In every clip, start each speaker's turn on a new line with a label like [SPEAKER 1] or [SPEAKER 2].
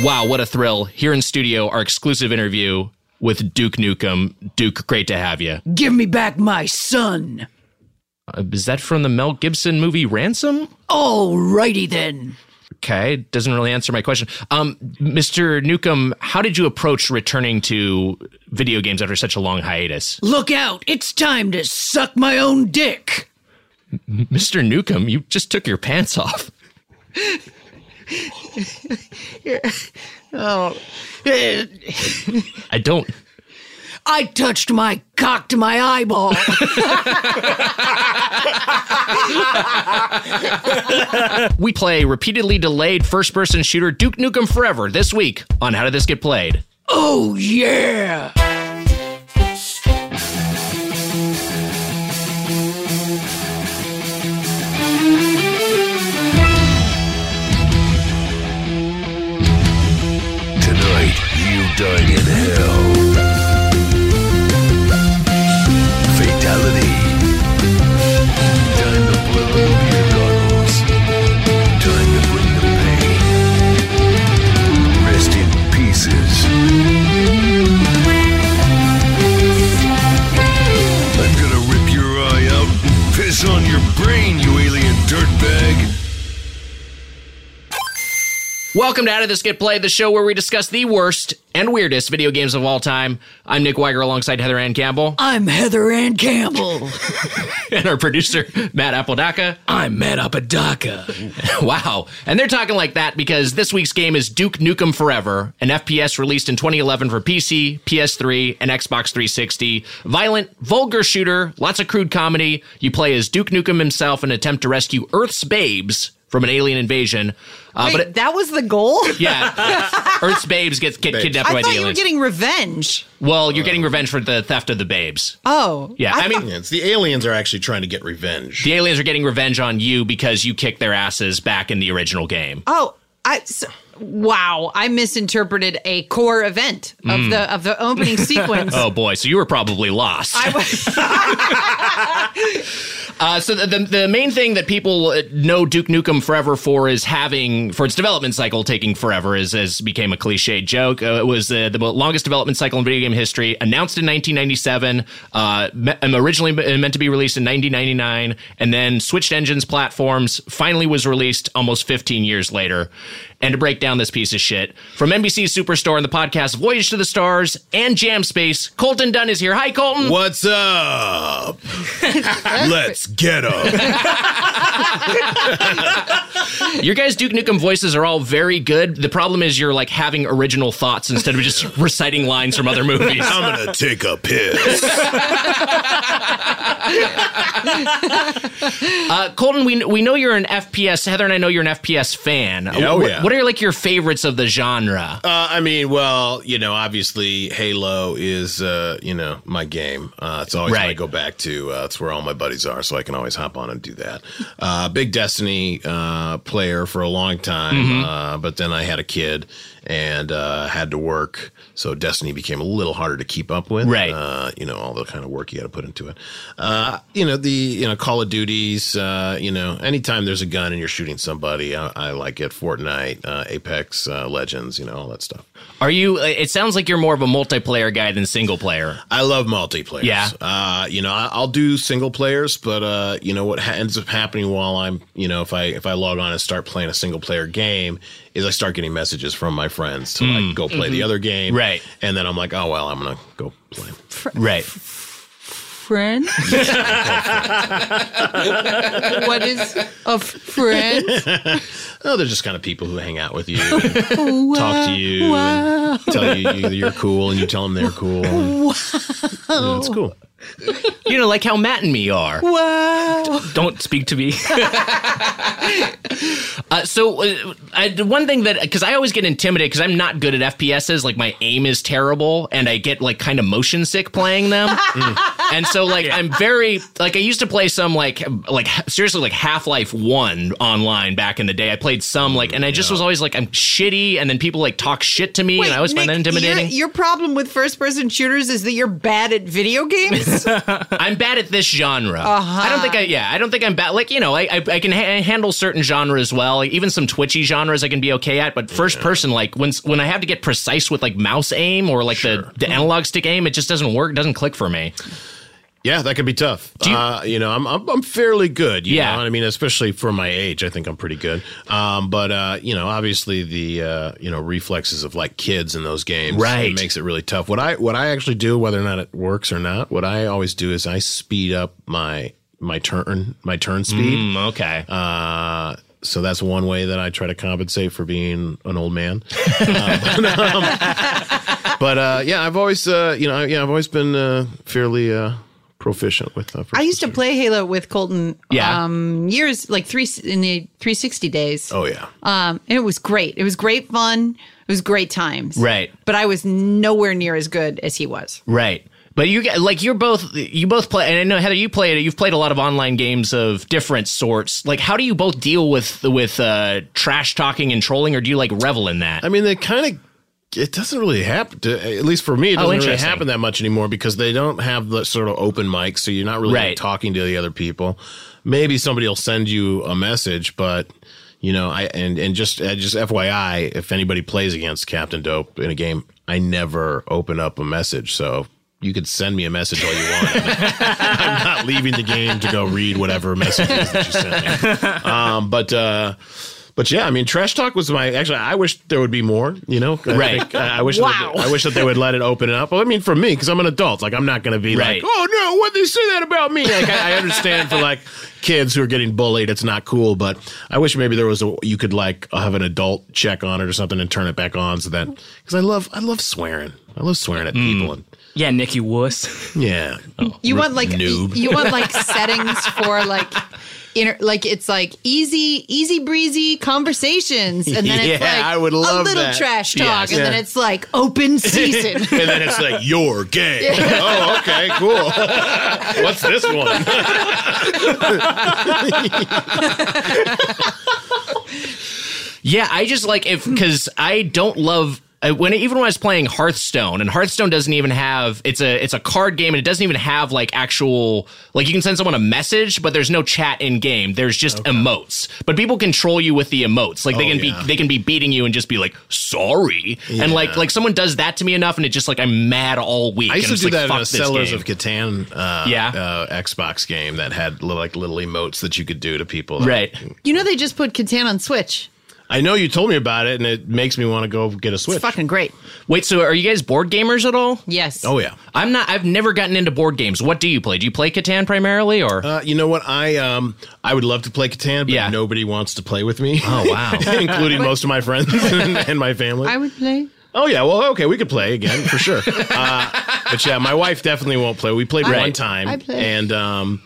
[SPEAKER 1] Wow, what a thrill. Here in studio, our exclusive interview with Duke Nukem. Duke, great to have you.
[SPEAKER 2] Give me back my son.
[SPEAKER 1] Uh, is that from the Mel Gibson movie Ransom?
[SPEAKER 2] Alrighty then.
[SPEAKER 1] Okay, doesn't really answer my question. Um, Mr. Newcomb, how did you approach returning to video games after such a long hiatus?
[SPEAKER 2] Look out, it's time to suck my own dick.
[SPEAKER 1] Mr. Newcomb, you just took your pants off.
[SPEAKER 2] Oh.
[SPEAKER 1] I don't.
[SPEAKER 2] I touched my cock to my eyeball.
[SPEAKER 1] We play repeatedly delayed first person shooter Duke Nukem Forever this week on How Did This Get Played?
[SPEAKER 2] oh, yeah.
[SPEAKER 3] Tonight, you dine in hell. Fatality. Time to blow up your goggles. Time to bring the pain. Rest in pieces. I'm gonna rip your eye out and piss on your brain, you alien dirtbag.
[SPEAKER 1] Welcome to How Did This Get Played, the show where we discuss the worst and weirdest video games of all time. I'm Nick Weiger alongside Heather Ann Campbell
[SPEAKER 2] I'm Heather Ann Campbell.
[SPEAKER 1] and our producer, Matt Appledaka.
[SPEAKER 2] I'm Matt Apodaca.
[SPEAKER 1] Wow. And they're talking like that because this week's game is Duke Nukem Forever, an FPS released in 2011 for PC, PS3, and Xbox 360. Violent, vulgar shooter, lots of crude comedy. You play as Duke Nukem himself in an attempt to rescue Earth's babes from an alien invasion. Uh, but
[SPEAKER 4] Wait,
[SPEAKER 1] it,
[SPEAKER 4] that was the goal?
[SPEAKER 1] yeah, Earth's babes get, get kidnapped
[SPEAKER 4] I
[SPEAKER 1] by the
[SPEAKER 4] thought you were
[SPEAKER 1] aliens.
[SPEAKER 4] getting revenge.
[SPEAKER 1] well, you're getting revenge for the theft of the babes.
[SPEAKER 4] Uh, Oh.
[SPEAKER 1] Yeah, I, mean,
[SPEAKER 5] aliens. The aliens are actually trying to get revenge.
[SPEAKER 1] the aliens are getting revenge on you because you kicked their asses back in the original game.
[SPEAKER 4] Oh, I s- wow, I misinterpreted a core event of the of the opening sequence.
[SPEAKER 1] Mm. Oh boy, so you were probably lost.
[SPEAKER 4] I was-
[SPEAKER 1] Uh, so the, the the main thing that people uh, know Duke Nukem Forever for is having for its development cycle taking forever is as became a cliche joke. Uh, it was uh, the longest development cycle in video game history, announced in 1997, uh, me- um, originally me- meant to be released in 1999, and then switched engines, platforms. Finally, was released almost 15 years later. And to break down this piece of shit from NBC Superstore and the podcast Voyage to the Stars and Jam Space, Colton Dunn is here. Hi, Colton.
[SPEAKER 5] What's up? Let's get 'em.
[SPEAKER 1] Your guys' Duke Nukem voices are all very good. The problem is you're like having original thoughts instead of just reciting lines from other movies.
[SPEAKER 5] I'm gonna take a piss.
[SPEAKER 1] Uh, Colton, we we know you're an FPS. Heather and I know you're an FPS fan.
[SPEAKER 5] Oh,
[SPEAKER 1] what,
[SPEAKER 5] yeah.
[SPEAKER 1] what are like your favorites of the genre?
[SPEAKER 5] Uh, I mean, well, you know, obviously Halo is, uh, you know, my game. Uh, it's always what I
[SPEAKER 1] Right.
[SPEAKER 5] go back to. Uh, it's where all my buddies are, so I can always hop on and do that. Uh, big Destiny uh, player for a long time, uh, but then I had a kid and uh, had to work, so Destiny became a little harder to keep up with.
[SPEAKER 1] Right.
[SPEAKER 5] Uh, you know, all the kind of work you got to put into it. Uh, you know, the you know Call of Duties. Uh, you know, anytime there's a gun and you're shooting somebody, I, I like it. Fortnite, uh, Apex uh, Legends, you know, all that stuff.
[SPEAKER 1] Are you? uh, It sounds like you're more of a multiplayer guy than single player.
[SPEAKER 5] I love multiplayer.
[SPEAKER 1] Yeah.
[SPEAKER 5] Uh, you know, I, I'll do single players, but uh, you know what ha- ends up happening while I'm, you know, if I if I log on and start playing a single player game, is I start getting messages from my friends to like go play the other game,
[SPEAKER 1] Mm. Mm-hmm. Right.
[SPEAKER 5] And then I'm like, oh well, I'm gonna go play.
[SPEAKER 1] Right.
[SPEAKER 4] friend? what is a friend?
[SPEAKER 5] Oh, they're just kind of people who hang out with you, and talk to you, and tell you you- you're cool, and you tell them they're cool. Wow, it's cool.
[SPEAKER 1] You know, like how Matt and me are.
[SPEAKER 4] Wow.
[SPEAKER 1] Don't speak to me. uh, so, uh, I, the one thing that because I always get intimidated because I'm not good at FPSs. Like my aim is terrible, and I get like kind of motion sick playing them. and so like I'm very like I used to play some like like seriously like Half Life One online back in the day. I played some like, and I just was always like I'm shitty, and then people like talk shit to me, and I always find that
[SPEAKER 4] Nick, your-
[SPEAKER 1] intimidating.
[SPEAKER 4] Your, problem with first person shooters is that you're bad at video games.
[SPEAKER 1] I'm bad at this genre. I don't think I. Yeah, I don't think I'm bad. Like you know, I I, I can ha- handle certain genres well. Like, even some twitchy genres I can be okay at. But first person, like when s- when I have to get precise with like mouse aim or like the the analog stick aim, it just doesn't work. It doesn't click for me.
[SPEAKER 5] Yeah, that could be tough.
[SPEAKER 1] you-
[SPEAKER 5] uh, you know, I'm I'm, I'm fairly good. You
[SPEAKER 1] Yeah.
[SPEAKER 5] know what I mean, especially for my age, I think I'm pretty good. Um, but uh, you know, obviously the uh, you know reflexes of like kids in those games,
[SPEAKER 1] Right.
[SPEAKER 5] it makes it really tough. What I what I actually do, whether or not it works or not, what I always do is I speed up my my turn my turn speed.
[SPEAKER 1] Mm, okay.
[SPEAKER 5] Uh, so that's one way that I try to compensate for being an old man. Um, but, um, but uh, yeah, I've always uh, you know I- yeah I've always been uh, fairly uh, proficient with. Uh,
[SPEAKER 4] I used to play Halo with Colton.
[SPEAKER 1] Yeah.
[SPEAKER 4] Um, years like three in the 360 days.
[SPEAKER 5] oh yeah,
[SPEAKER 4] Um, and it was great. It was great fun. It was great times.
[SPEAKER 1] Right.
[SPEAKER 4] But I was nowhere near as good as he was.
[SPEAKER 1] Right. But you get like you're both you both play and I know Heather you played you've played a lot of online games of different sorts. Like how do you both deal with with uh trash talking and trolling or do you like revel in that?
[SPEAKER 5] I mean they kind of. It doesn't really happen. To, at least for me, it doesn't really
[SPEAKER 1] Oh, interesting.
[SPEAKER 5] happen that much anymore because they don't have the sort of open mic, so you're not really
[SPEAKER 1] Right.
[SPEAKER 5] talking to the other people. Maybe somebody will send you a message, but you know, I and and just uh, just FYI, if anybody plays against Captain Dope in a game, I never open up a message, so you could send me a message all you want. I'm not leaving the game to go read whatever messages that you sent me. Um, but uh, but yeah, I mean, trash talk was my actually. I wish there would be more. You know, I
[SPEAKER 1] Right.
[SPEAKER 5] think- I, I wish.
[SPEAKER 4] Wow.
[SPEAKER 5] That, I wish that they would let it open up. Well, I mean, for me, because I'm an adult, like I'm not going to be
[SPEAKER 1] Right.
[SPEAKER 5] like, oh no, what they say that about me. Like I, I understand for like kids who are getting bullied, it's not cool. But I wish maybe there was a you could like have an adult check on it or something and turn it back on so that because I love I love swearing. I love swearing at people and
[SPEAKER 6] Yeah, Nicky Wuss.
[SPEAKER 5] yeah. Oh,
[SPEAKER 4] You want like
[SPEAKER 5] noob.
[SPEAKER 4] you want like settings for like inner like it's like easy easy breezy conversations and then it's
[SPEAKER 5] Yeah,
[SPEAKER 4] like
[SPEAKER 5] I would love
[SPEAKER 4] a little
[SPEAKER 5] that.
[SPEAKER 4] trash talk
[SPEAKER 5] Yes.
[SPEAKER 4] and
[SPEAKER 5] Yeah.
[SPEAKER 4] then it's like open season.
[SPEAKER 5] and then it's like you're gay. oh, okay, cool. What's this one?
[SPEAKER 1] Yeah, I just like if
[SPEAKER 5] Hmm.
[SPEAKER 1] because I don't love I- when even when I was playing Hearthstone and Hearthstone doesn't even have it's a it's a card game and it doesn't even have like actual like you can send someone a message but there's no chat in game there's just emotes but people control you with the emotes like they
[SPEAKER 5] Oh,
[SPEAKER 1] can
[SPEAKER 5] yeah.
[SPEAKER 1] be they can be beating you and just be like sorry and like like someone does that to me enough and it's just like I'm mad all week
[SPEAKER 5] I
[SPEAKER 1] and
[SPEAKER 5] used to
[SPEAKER 1] it's
[SPEAKER 5] do
[SPEAKER 1] like,
[SPEAKER 5] that in
[SPEAKER 1] fuck
[SPEAKER 5] a
[SPEAKER 1] this
[SPEAKER 5] Settlers
[SPEAKER 1] game.
[SPEAKER 5] of Catan uh,
[SPEAKER 1] Yeah.
[SPEAKER 5] uh, Xbox game that had little, like little emotes that you could do to people.
[SPEAKER 1] right
[SPEAKER 4] you know they just put Catan on Switch.
[SPEAKER 5] I know you told me about it, and it makes me want to go get a Switch.
[SPEAKER 4] It's fucking great.
[SPEAKER 1] wait so are you guys board gamers at all
[SPEAKER 4] Yes.
[SPEAKER 5] oh yeah.
[SPEAKER 1] I'm not I've never gotten into board games what do you play do you play Catan primarily or
[SPEAKER 5] Uh, you know what? I um I would love to play Catan, but
[SPEAKER 1] Yeah.
[SPEAKER 5] nobody wants to play with me.
[SPEAKER 1] oh wow.
[SPEAKER 5] including most of my friends and, and my family.
[SPEAKER 4] I would play.
[SPEAKER 5] Oh yeah, well okay, we could play again for sure. uh, but yeah, my wife definitely won't play. We played
[SPEAKER 1] Right.
[SPEAKER 5] one time,
[SPEAKER 4] I played.
[SPEAKER 5] and um,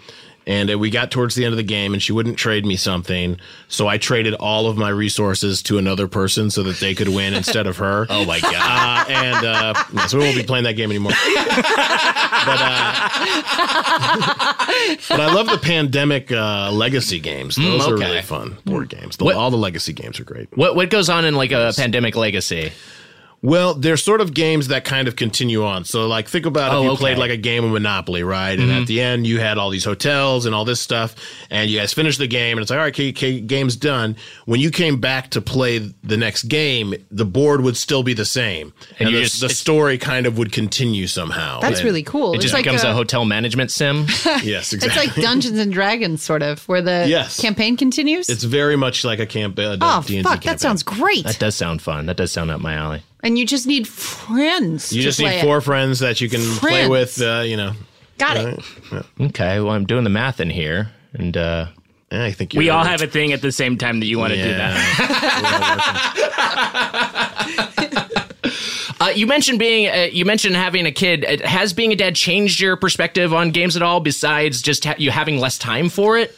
[SPEAKER 5] and uh, we got towards the end of the game, and she wouldn't trade me something, so I traded all of my resources to another person so that they could win instead of her. Oh my god! Uh, and uh, yeah, so we won't be playing that game anymore. but, uh, but I love the pandemic uh, legacy games. Those are
[SPEAKER 1] okay.
[SPEAKER 5] really fun board games. The,
[SPEAKER 1] What-
[SPEAKER 5] all the legacy games are great.
[SPEAKER 1] What what goes on in like a pandemic legacy?
[SPEAKER 5] Well, they're sort of games that kind of continue on. So, like, think about
[SPEAKER 1] Oh,
[SPEAKER 5] if you
[SPEAKER 1] okay.
[SPEAKER 5] played like a game of Monopoly, right? And at the end, you had all these hotels and all this stuff, and you guys finished the game, and it's like, all right, okay, okay, game's done. When you came back to play the next game, the board would still be the same,
[SPEAKER 1] And
[SPEAKER 5] and,
[SPEAKER 1] you
[SPEAKER 5] the,
[SPEAKER 1] just-
[SPEAKER 5] the story kind of would continue somehow.
[SPEAKER 4] That's
[SPEAKER 5] And-
[SPEAKER 4] really cool.
[SPEAKER 1] It just becomes a, hotel management sim.
[SPEAKER 5] Yes,
[SPEAKER 4] It's
[SPEAKER 5] exactly.
[SPEAKER 4] like Dungeons and Dragons sort of where the
[SPEAKER 5] Yes.
[SPEAKER 4] campaign continues.
[SPEAKER 5] It's very much like a camp. uh, A
[SPEAKER 4] oh
[SPEAKER 5] D&D
[SPEAKER 4] fuck,
[SPEAKER 5] campaign.
[SPEAKER 4] that sounds great.
[SPEAKER 1] that does sound fun. That does sound up my alley.
[SPEAKER 4] and you just need friends.
[SPEAKER 5] You
[SPEAKER 4] to
[SPEAKER 5] just
[SPEAKER 4] play
[SPEAKER 5] need
[SPEAKER 4] it.
[SPEAKER 5] four friends that you can play
[SPEAKER 4] Friends.
[SPEAKER 5] with. Uh, you know,
[SPEAKER 4] Got it.
[SPEAKER 5] right?
[SPEAKER 1] Okay, well I'm doing the math in here, and uh,
[SPEAKER 5] Yeah, I think
[SPEAKER 6] We
[SPEAKER 5] you're
[SPEAKER 6] all
[SPEAKER 5] right.
[SPEAKER 6] have a thing at the same time that you want to do that.
[SPEAKER 1] uh, you mentioned being uh, you mentioned having a kid. Uh, Has being a dad changed your perspective on games at all? Besides just ha- you having less time for it?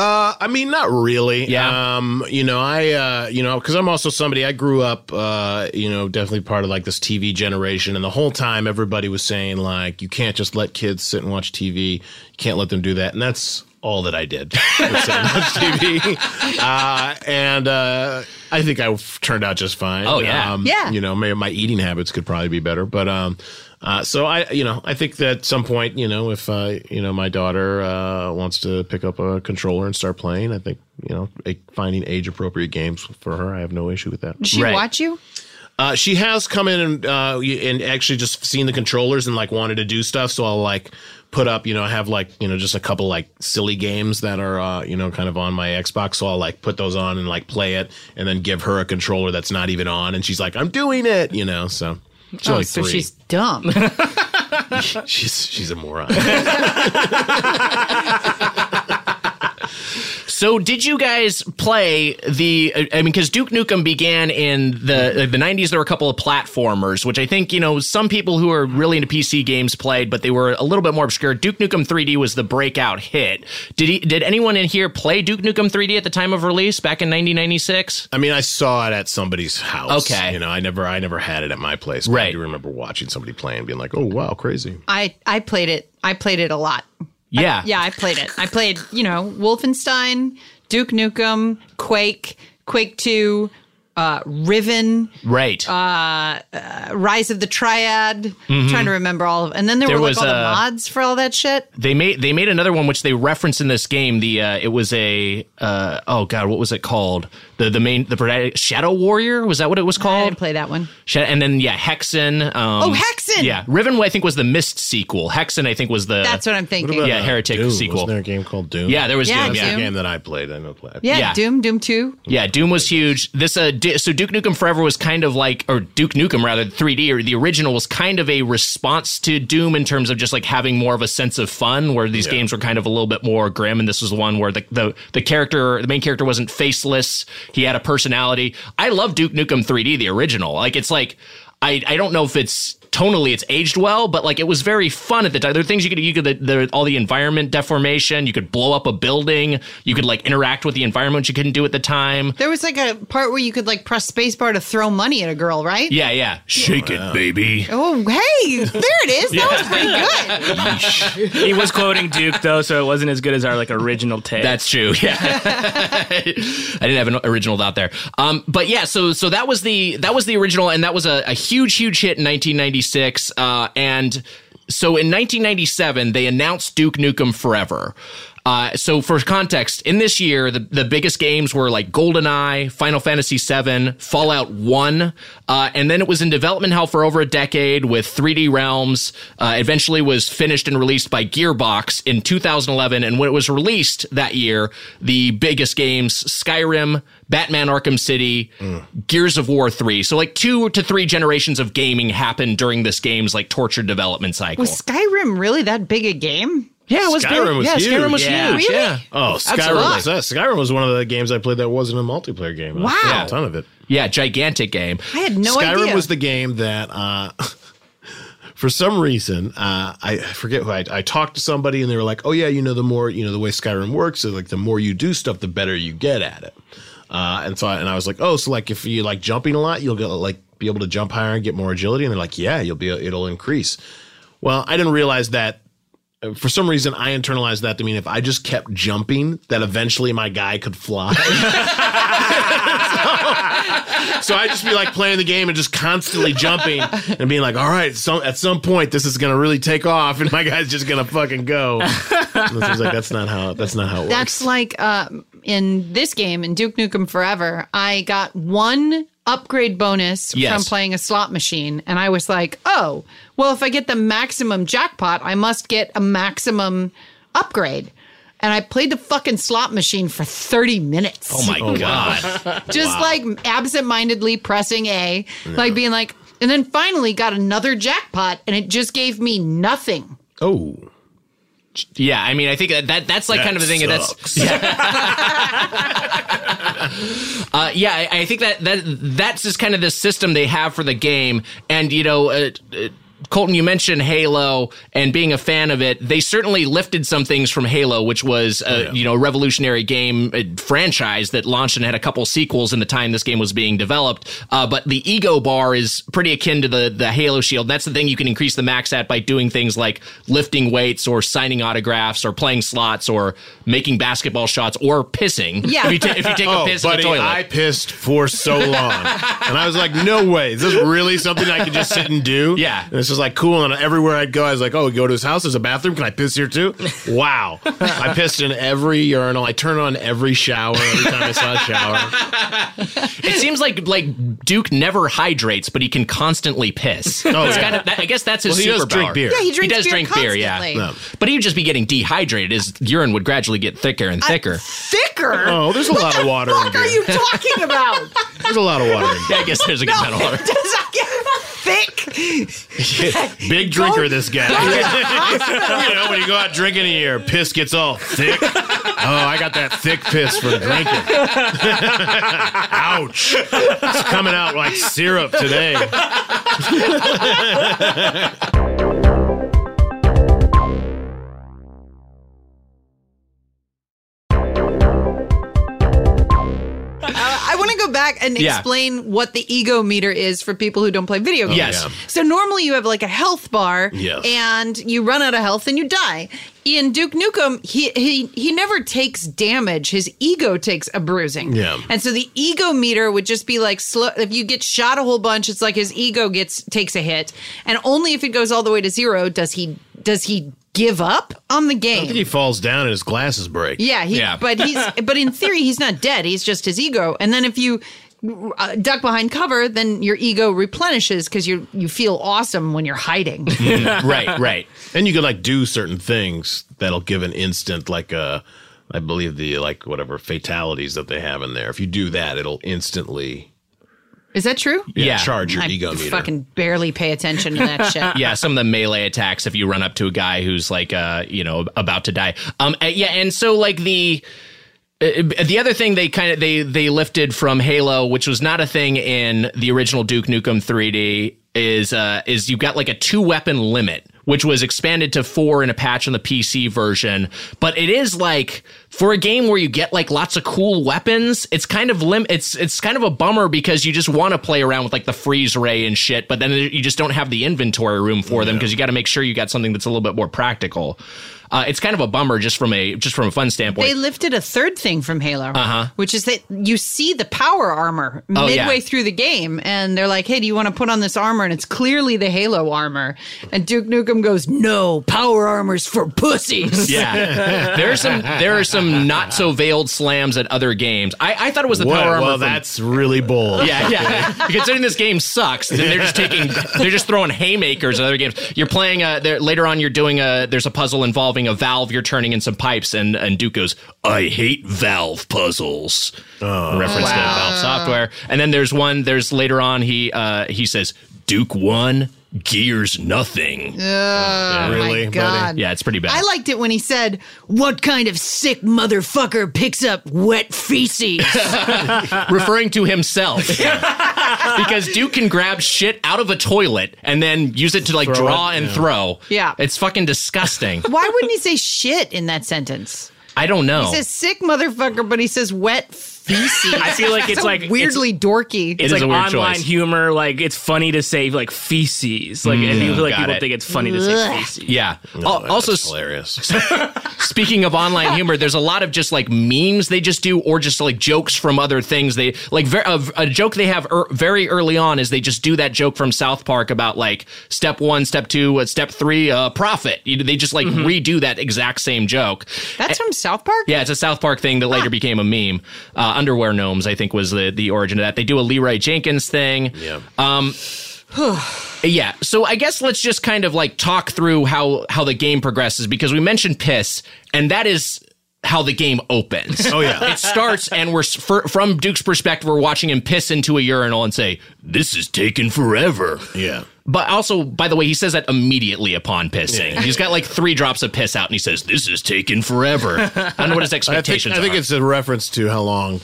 [SPEAKER 5] Uh, I mean, not really.
[SPEAKER 1] Yeah.
[SPEAKER 5] Um, you know, I, uh, you know, because I'm also somebody I grew up, uh, you know, definitely part of like this TV generation, and the whole time everybody was saying like, you can't just let kids sit and watch TV. You can't let them do that, and that's all that I did. was sit and watch TV, uh, and uh, I think I turned out just fine.
[SPEAKER 1] Oh, yeah.
[SPEAKER 5] Um,
[SPEAKER 4] Yeah.
[SPEAKER 5] You know, maybe my eating habits could probably be better, but um. Uh, so I, you know, I think that at some point, you know, if uh, you know my daughter uh, wants to pick up a controller and start playing, I think you know a- finding age appropriate games for her, I have no issue with that.
[SPEAKER 4] Did she
[SPEAKER 1] Right.
[SPEAKER 4] watch you?
[SPEAKER 5] Uh, she has come in and uh, y- and actually just seen the controllers and like wanted to do stuff. So I'll like put up, you know, I have like you know just a couple like silly games that are uh, you know kind of on my Xbox. So I'll like put those on and like play it, and then give her a controller that's not even on, and she's like, "I'm doing it," you know. So she's
[SPEAKER 4] Oh,
[SPEAKER 5] only
[SPEAKER 4] so
[SPEAKER 5] three.
[SPEAKER 4] she's dumb.
[SPEAKER 5] she's she's a moron.
[SPEAKER 1] So did you guys play the? I mean, because Duke Nukem began in the like, the '90s. There were a couple of platformers, which I think you know some people who are really into PC games played, but they were a little bit more obscure. Duke Nukem 3D was the breakout hit. Did he, did anyone in here play Duke Nukem 3D at the time of release back in 1996?
[SPEAKER 5] I mean, I saw it at somebody's house.
[SPEAKER 1] Okay.
[SPEAKER 5] you know, I never, I never had it at my place. but I
[SPEAKER 1] Right.
[SPEAKER 5] do remember watching somebody play and being like, "Oh wow, crazy."
[SPEAKER 4] I I played it. I played it a lot.
[SPEAKER 1] Yeah,
[SPEAKER 4] Yeah, I played it. I played, you know, Wolfenstein, Duke Nukem, Quake, Quake 2, uh, Riven,
[SPEAKER 1] right.
[SPEAKER 4] Uh, Rise of the Triad.
[SPEAKER 5] Mm-hmm.
[SPEAKER 4] I'm trying to remember all of And then there,
[SPEAKER 1] There
[SPEAKER 4] were like
[SPEAKER 1] was,
[SPEAKER 4] all the
[SPEAKER 1] uh,
[SPEAKER 4] mods for all that shit.
[SPEAKER 1] they made they made another one which they reference in this game. The uh, it was a uh, oh god, what was it called? The the main the prota- Shadow Warrior was that what it was
[SPEAKER 5] Oh.
[SPEAKER 4] I
[SPEAKER 1] called?
[SPEAKER 4] didn't play that one.
[SPEAKER 1] Sh- And then yeah, Hexen. Um,
[SPEAKER 4] Uh,
[SPEAKER 5] Mm.
[SPEAKER 4] Oh, Hexen!
[SPEAKER 1] Yeah, Riven. I think was the Mist sequel. Hexen, I think was the.
[SPEAKER 4] That's what I'm thinking.
[SPEAKER 1] Yeah, Heretic
[SPEAKER 5] Doom.
[SPEAKER 1] sequel.
[SPEAKER 5] Wasn't there a game called Doom?
[SPEAKER 1] Yeah, there was
[SPEAKER 4] Yeah,
[SPEAKER 1] Doom.
[SPEAKER 5] That's
[SPEAKER 1] Yeah.
[SPEAKER 5] the
[SPEAKER 4] Doom.
[SPEAKER 5] game that I played. I know played.
[SPEAKER 4] yeah,
[SPEAKER 1] yeah.
[SPEAKER 4] Doom, Doom 2.
[SPEAKER 1] yeah, Doom was huge. This uh, Di- so Duke Nukem Forever was kind of like, or Duke Nukem rather, 3D or the original was kind of a response to Doom in terms of just like having more of a sense of fun, where these
[SPEAKER 5] Yeah.
[SPEAKER 1] games were kind of a little bit more grim, and this was the one where the the the character, the main character, wasn't faceless. He had a personality. I love Duke Nukem 3D, the original. Like it's like. I, I don't know if it's tonally it's aged well, but like it was very fun at the time. There are things you could you could the, the, all the environment deformation. You could blow up a building. You could like interact with the environment which you couldn't do at the time.
[SPEAKER 4] There was like a part where you could like press spacebar to throw money at a girl, right?
[SPEAKER 1] Yeah, yeah. Shake it, baby.
[SPEAKER 4] Oh, hey, there it is. That was pretty good.
[SPEAKER 6] He was quoting Duke though, so it wasn't as good as our like original take.
[SPEAKER 1] That's true. Yeah, I didn't have an original out there. Um, but yeah, so so that was the that was the original, and that was a, a huge huge hit in 1996. Uh, and so in 1997, they announced Duke Nukem Forever. Uh, so for context, in this year, the, the biggest games were like GoldenEye, Final Fantasy VII, Fallout One, uh, and then it was in development hell for over a decade with 3D Realms. Uh, eventually, was finished and released by Gearbox in 2011, and when it was released that year, the biggest games: Skyrim, Batman: Arkham City, Gears of War Three. So like two to three generations of gaming happened during this game's like tortured development cycle.
[SPEAKER 4] Was Skyrim really that big a game?
[SPEAKER 1] yeah, it was
[SPEAKER 5] Skyrim
[SPEAKER 1] big.
[SPEAKER 5] was
[SPEAKER 1] yeah, Skyrim
[SPEAKER 5] huge.
[SPEAKER 1] was
[SPEAKER 6] Yeah.
[SPEAKER 1] huge.
[SPEAKER 4] Really?
[SPEAKER 1] Yeah.
[SPEAKER 5] Oh,
[SPEAKER 1] Absolutely.
[SPEAKER 5] Skyrim was that. Skyrim was one of the games I played that wasn't a multiplayer game. and I played
[SPEAKER 4] Wow.
[SPEAKER 5] a ton of it.
[SPEAKER 1] yeah, gigantic game.
[SPEAKER 4] I had no
[SPEAKER 5] Skyrim
[SPEAKER 4] idea.
[SPEAKER 5] was the game that, uh, for some reason, uh, I I forget who I, I talked to somebody and they were like, "Oh yeah, you know the more you know the way Skyrim works is like the more you do stuff, the better you get at it." Uh, and so I, and I was like, "Oh, so like if you like jumping a lot, you'll get like be able to jump higher and get more agility." And they're like, "Yeah, you'll be it'll increase." Well, I didn't realize that. uh, For some reason, I internalized that to mean if I just kept jumping, that eventually my guy could fly. So I just be like playing the game and just constantly jumping and being like, all right, so at some point this is gonna really take off and my guy's just gonna fucking go. And I was like, that's not how that's not how it
[SPEAKER 4] That's
[SPEAKER 5] works.
[SPEAKER 4] like um, in this game in Duke Nukem Forever. I got one upgrade bonus
[SPEAKER 1] Yes.
[SPEAKER 4] from playing a slot machine, and I was like, "Oh, well, if I get the maximum jackpot, I must get a maximum upgrade." And I played the fucking slot machine for thirty minutes,
[SPEAKER 1] Oh my god.
[SPEAKER 4] just like absentmindedly pressing A, like being like, and then finally got another jackpot, and it just gave me nothing.
[SPEAKER 5] Oh.
[SPEAKER 1] Yeah, I mean, I think that, that that's like kind of the thing. That's uh, yeah, I, I think that that that's just kind of the system they have for the game, and you know. Uh, uh, Colton, you mentioned Halo and being a fan of it. They certainly lifted some things from Halo, which was a you know revolutionary game uh, franchise that launched and had a couple sequels in the time this game was being developed. Uh, but the ego bar is pretty akin to the the Halo Shield. That's the thing you can increase the max at by doing things like lifting weights or signing autographs or playing slots or making basketball shots or pissing.
[SPEAKER 4] Yeah.
[SPEAKER 1] if you, ta- if you take a
[SPEAKER 5] Oh,
[SPEAKER 1] piss
[SPEAKER 5] buddy,
[SPEAKER 1] in the toilet.
[SPEAKER 5] I pissed for so long, and I was like, "No way! Is this really something I can just sit and do?"
[SPEAKER 1] Yeah.
[SPEAKER 5] and it's just like cool. And everywhere I'd go, I was like, "Oh, go to his house. There's a bathroom. Can I piss here too?" Wow, I pissed in every urinal. I turned on every shower every time I saw a shower.
[SPEAKER 1] It seems like like Duke never hydrates, but he can constantly piss.
[SPEAKER 5] Oh,
[SPEAKER 1] That's
[SPEAKER 5] yeah.
[SPEAKER 1] kind of- that- I guess that's his
[SPEAKER 5] Well, he
[SPEAKER 1] superpower.
[SPEAKER 5] does drink beer. Yeah,
[SPEAKER 4] he drinks
[SPEAKER 1] does
[SPEAKER 4] beer
[SPEAKER 1] drink beer, yeah.
[SPEAKER 4] constantly. No.
[SPEAKER 1] But he would just be getting dehydrated. His urine would gradually get thicker and thicker.
[SPEAKER 4] Thicker.
[SPEAKER 5] Oh, there's a lot of water. in
[SPEAKER 2] What are
[SPEAKER 5] here.
[SPEAKER 2] you talking about?
[SPEAKER 5] There's a lot of water. In
[SPEAKER 1] yeah, I guess there's a good amount of water.
[SPEAKER 2] Does that get thick?
[SPEAKER 5] here. Big drinker, this guy. you know, when you go out drinking a year, piss gets all thick. Oh, I got that thick piss from drinking. Ouch! It's coming out like syrup today.
[SPEAKER 4] Uh, I want to go back and
[SPEAKER 1] Yeah.
[SPEAKER 4] explain what the ego meter is for people who don't play video games.
[SPEAKER 1] Yes.
[SPEAKER 5] yeah.
[SPEAKER 4] So normally you have like a health bar
[SPEAKER 5] Yes.
[SPEAKER 4] and you run out of health and you die. In Duke Nukem, he, he he never takes damage. His ego takes a bruising.
[SPEAKER 5] Yeah.
[SPEAKER 4] And so the ego meter would just be like slow if you get shot a whole bunch, it's like his ego gets takes a hit. And only if it goes all the way to zero does he does he give up on the game.
[SPEAKER 5] He falls down and his glasses break.
[SPEAKER 4] Yeah, he,
[SPEAKER 1] Yeah.
[SPEAKER 4] but he's but in theory he's not dead. He's just his ego. And then if you uh, duck behind cover, then your ego replenishes because you you feel awesome when you're hiding.
[SPEAKER 1] right, right.
[SPEAKER 5] And you could like do certain things that'll give an instant like uh I believe the like whatever fatalities that they have in there. If you do that, it'll instantly
[SPEAKER 4] Is that true?
[SPEAKER 5] yeah,
[SPEAKER 1] Yeah.
[SPEAKER 5] charge your
[SPEAKER 4] I
[SPEAKER 5] ego meter.
[SPEAKER 4] fucking barely pay attention to that shit.
[SPEAKER 1] Yeah, some of the melee attacks if you run up to a guy who's like, uh, you know, about to die. Um, uh, yeah, and so like the uh, the other thing they kind of they they lifted from Halo, which was not a thing in the original Duke Nukem 3D, is uh is you got like a two weapon limit, which was expanded to four in a patch on the PC version. But it is like for a game where you get like lots of cool weapons, it's kind of lim it's it's kind of a bummer because you just want to play around with like the freeze ray and shit, but then you just don't have the inventory room for them because you got to make sure you got something that's a little bit more practical. Uh, it's kind of a bummer just from a just from a fun standpoint.
[SPEAKER 4] They lifted a third thing from Halo, which is that you see the power armor midway
[SPEAKER 1] yeah.
[SPEAKER 4] through the game, and they're like, "Hey, do you want to put on this armor?" And it's clearly the Halo armor. And Duke Nukem goes, "No, power armor's for pussies."
[SPEAKER 1] Yeah, there are some there are some not so veiled slams at other games. I, I thought it was the
[SPEAKER 5] What-
[SPEAKER 1] power armor.
[SPEAKER 5] well,
[SPEAKER 1] from-
[SPEAKER 5] that's really bold.
[SPEAKER 1] yeah, yeah. Considering this game sucks, then they're just taking they're just throwing haymakers at other games. You're playing uh there later on. You're doing a there's a puzzle involving a valve. You're turning in some pipes, and and Duke goes, I hate valve puzzles.
[SPEAKER 5] Oh.
[SPEAKER 1] In reference to Valve software. And then there's one. There's later on. He uh he says Duke one gears nothing.
[SPEAKER 5] really,
[SPEAKER 4] Oh My
[SPEAKER 5] buddy?
[SPEAKER 4] God.
[SPEAKER 1] Yeah, it's pretty bad.
[SPEAKER 4] I liked it when he said, "What kind of sick motherfucker picks up wet feces?"
[SPEAKER 1] referring to himself. because Duke can grab shit out of a toilet and then use it to like draw and throw.
[SPEAKER 4] Yeah.
[SPEAKER 1] It's fucking disgusting.
[SPEAKER 4] Why wouldn't he say shit in that sentence?
[SPEAKER 1] I don't know.
[SPEAKER 4] He says sick motherfucker, but he says wet feces.
[SPEAKER 6] Oh. I feel like it's
[SPEAKER 4] so
[SPEAKER 6] like
[SPEAKER 4] weirdly dorky.
[SPEAKER 6] It's,
[SPEAKER 1] It is
[SPEAKER 6] it's
[SPEAKER 1] a
[SPEAKER 6] like
[SPEAKER 1] weird
[SPEAKER 6] online
[SPEAKER 1] choice.
[SPEAKER 6] humor. Like it's funny to say like feces. Like and you feel like
[SPEAKER 1] Mm, got
[SPEAKER 6] people
[SPEAKER 1] it.
[SPEAKER 6] think it's funny to say
[SPEAKER 4] Ugh.
[SPEAKER 6] feces.
[SPEAKER 1] yeah. Al-
[SPEAKER 5] Oh, that's
[SPEAKER 1] also, s-
[SPEAKER 5] hilarious.
[SPEAKER 1] speaking of online humor, there's a lot of just like memes they just do, or just like jokes from other things. They like ver- a, a joke they have er- very early on is they just do that joke from South Park about like step one, step two, uh, step three, uh, profit. You, they just like
[SPEAKER 5] Mm-hmm.
[SPEAKER 1] redo that exact same joke.
[SPEAKER 4] That's from South Park.
[SPEAKER 1] Yeah, it's a South Park thing that later became a meme. Uh, Underwear gnomes, I think, was the the origin of that. They do a Leroy Jenkins thing.
[SPEAKER 5] yeah.
[SPEAKER 1] Yeah. So I guess let's just kind of like talk through how how the game progresses because we mentioned piss, and that is how the game opens.
[SPEAKER 5] Oh, yeah.
[SPEAKER 1] it starts, and we're s- fr- from Duke's perspective, we're watching him piss into a urinal and say, "This is taking forever."
[SPEAKER 5] yeah.
[SPEAKER 1] But also, by the way, he says that immediately upon pissing. He's got like three drops of piss out, and he says, "This is taking forever." I don't know what his
[SPEAKER 5] I think,
[SPEAKER 1] expectations
[SPEAKER 5] I think
[SPEAKER 1] are.
[SPEAKER 5] it's a reference to how long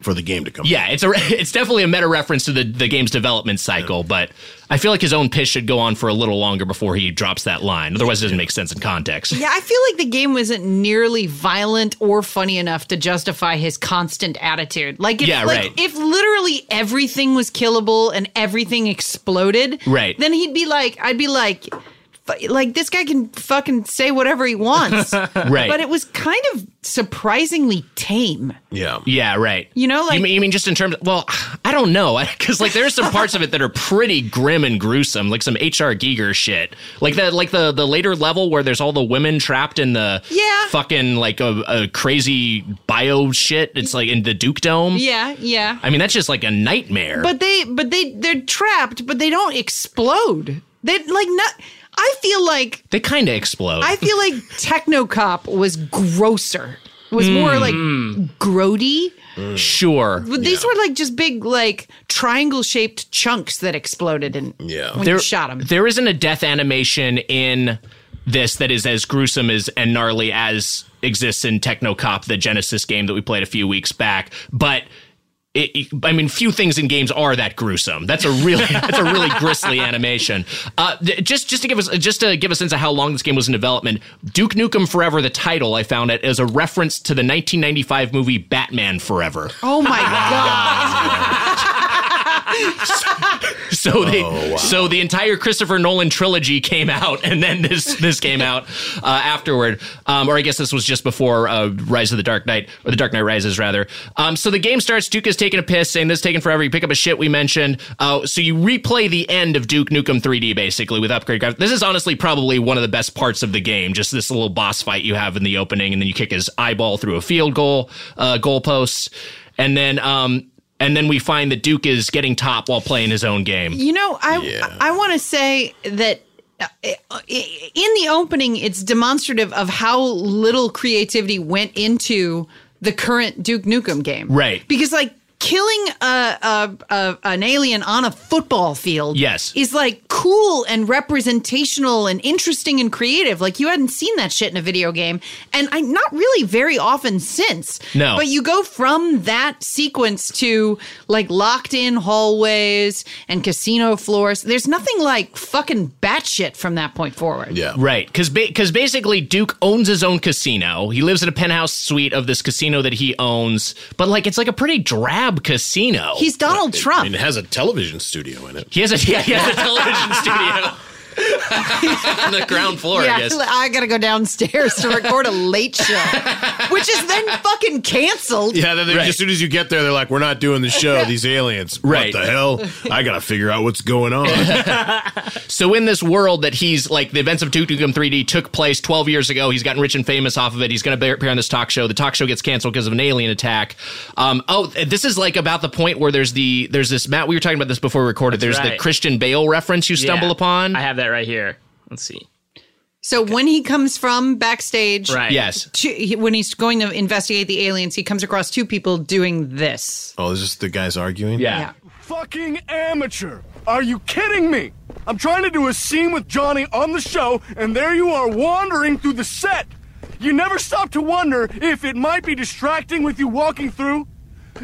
[SPEAKER 5] for the game to come.
[SPEAKER 1] Yeah, it's a it's definitely a meta reference to the, the game's development cycle, but I feel like his own pitch should go on for a little longer before he drops that line. Otherwise, it doesn't make sense in context.
[SPEAKER 4] Yeah, I feel like the game wasn't nearly violent or funny enough to justify his constant attitude. Like, if,
[SPEAKER 1] Yeah,
[SPEAKER 4] like,
[SPEAKER 1] right.
[SPEAKER 4] if literally everything was killable and everything exploded,
[SPEAKER 1] Right.
[SPEAKER 4] then he'd be like, I'd be like, "F- like this guy can fucking say whatever he wants.
[SPEAKER 1] Right.
[SPEAKER 4] But it was kind of surprisingly tame.
[SPEAKER 5] Yeah.
[SPEAKER 1] yeah, right.
[SPEAKER 4] You know, like-
[SPEAKER 1] you mean, you mean just in terms? well, I don't know, because like there's some parts of it that are pretty grim and gruesome, like some H.R. Giger shit, like that, like the the later level where there's all the women trapped in the
[SPEAKER 4] Yeah.
[SPEAKER 1] fucking like a, a crazy bio shit. It's like in the Duke Dome.
[SPEAKER 4] Yeah, yeah.
[SPEAKER 1] I mean that's just like a nightmare.
[SPEAKER 4] But they, but they, they're trapped, but they don't explode. They like not. I feel like
[SPEAKER 1] they kind of explode.
[SPEAKER 4] I feel like Technocop was grosser. Was
[SPEAKER 1] Hmm.
[SPEAKER 4] more like grody.
[SPEAKER 1] sure.
[SPEAKER 4] But these were like just big like triangle shaped chunks that exploded and
[SPEAKER 5] Yeah.
[SPEAKER 4] when you shot them.
[SPEAKER 1] There isn't a death animation in this that is as gruesome as and gnarly as exists in Technocop, the Genesis game that we played a few weeks back. But it, it- I mean, few things in games are that gruesome. That's a really that's a really grisly animation. Uh, th- just just to give us just to give a sense of how long this game was in development, Duke Nukem Forever, the title I found it as a reference to the 1995 movie Batman Forever.
[SPEAKER 4] Oh my god!
[SPEAKER 1] So they, so the entire Christopher Nolan trilogy came out, and then this this came out uh, afterward, um, or I guess this was just before uh, Rise of the Dark Knight or the Dark Knight Rises rather. Um, so the game starts. Duke is taking a piss, saying this is taking forever. You pick up a shit we mentioned. Uh, so you replay the end of Duke Nukem 3D basically with upgrade graphics. This is honestly probably one of the best parts of the game. Just this little boss fight you have in the opening, and then you kick his eyeball through a field goal uh, goalpost, and then. Um, and then we find that Duke is getting top while playing his own game.
[SPEAKER 4] You know, I
[SPEAKER 5] Yeah.
[SPEAKER 4] I want to say that uh, i- in the opening, it's demonstrative of how little creativity went into the current Duke Nukem game,
[SPEAKER 1] Right.
[SPEAKER 4] Because like killing a, a, a an alien on a football field,
[SPEAKER 1] Yes.
[SPEAKER 4] is like cool and representational and interesting and creative. Like you hadn't seen that shit in a video game, and I not really very often since.
[SPEAKER 1] No.
[SPEAKER 4] but you go from that sequence to like locked in hallways and casino floors. There's nothing like fucking batshit from that point forward.
[SPEAKER 5] Yeah.
[SPEAKER 1] Right, because because basically Duke owns his own casino. He lives in a penthouse suite of this casino that he owns, but like it's like a pretty drab casino.
[SPEAKER 4] He's Donald
[SPEAKER 5] I
[SPEAKER 4] Trump.
[SPEAKER 5] mean, it has a television studio in it.
[SPEAKER 1] he has a yeah, he has a television studio on the ground floor. I
[SPEAKER 4] yeah,
[SPEAKER 1] guess.
[SPEAKER 4] I gotta go downstairs to record a late show, which is then fucking canceled.
[SPEAKER 5] Yeah, then they,
[SPEAKER 1] Right.
[SPEAKER 5] as soon as you get there, they're like, "We're not doing the show. These aliens.
[SPEAKER 1] Right.
[SPEAKER 5] What the hell? I gotta figure out what's going on."
[SPEAKER 1] So in this world that he's like the events of Duke Nukem 3D took place 12 years ago. He's gotten rich and famous off of it. He's going to appear on this talk show. The talk show gets canceled because of an alien attack. Um, oh, th- this is like about the point where there's the there's this Matt. We were talking about this before we recorded. there's the
[SPEAKER 6] right.
[SPEAKER 1] Christian Bale reference you stumble
[SPEAKER 6] Yeah.
[SPEAKER 1] upon.
[SPEAKER 6] I have that right here. Let's see.
[SPEAKER 4] So when he comes from backstage,
[SPEAKER 6] Right.
[SPEAKER 1] yes.
[SPEAKER 4] two, he, when he's going to investigate the aliens, he comes across two people doing this.
[SPEAKER 5] oh, is this the guys arguing?
[SPEAKER 1] Yeah.
[SPEAKER 7] Fucking amateur! Are you kidding me? I'm trying to do a scene with Johnny on the show, and there you are wandering through the set! You never stop to wonder if it might be distracting with you walking through?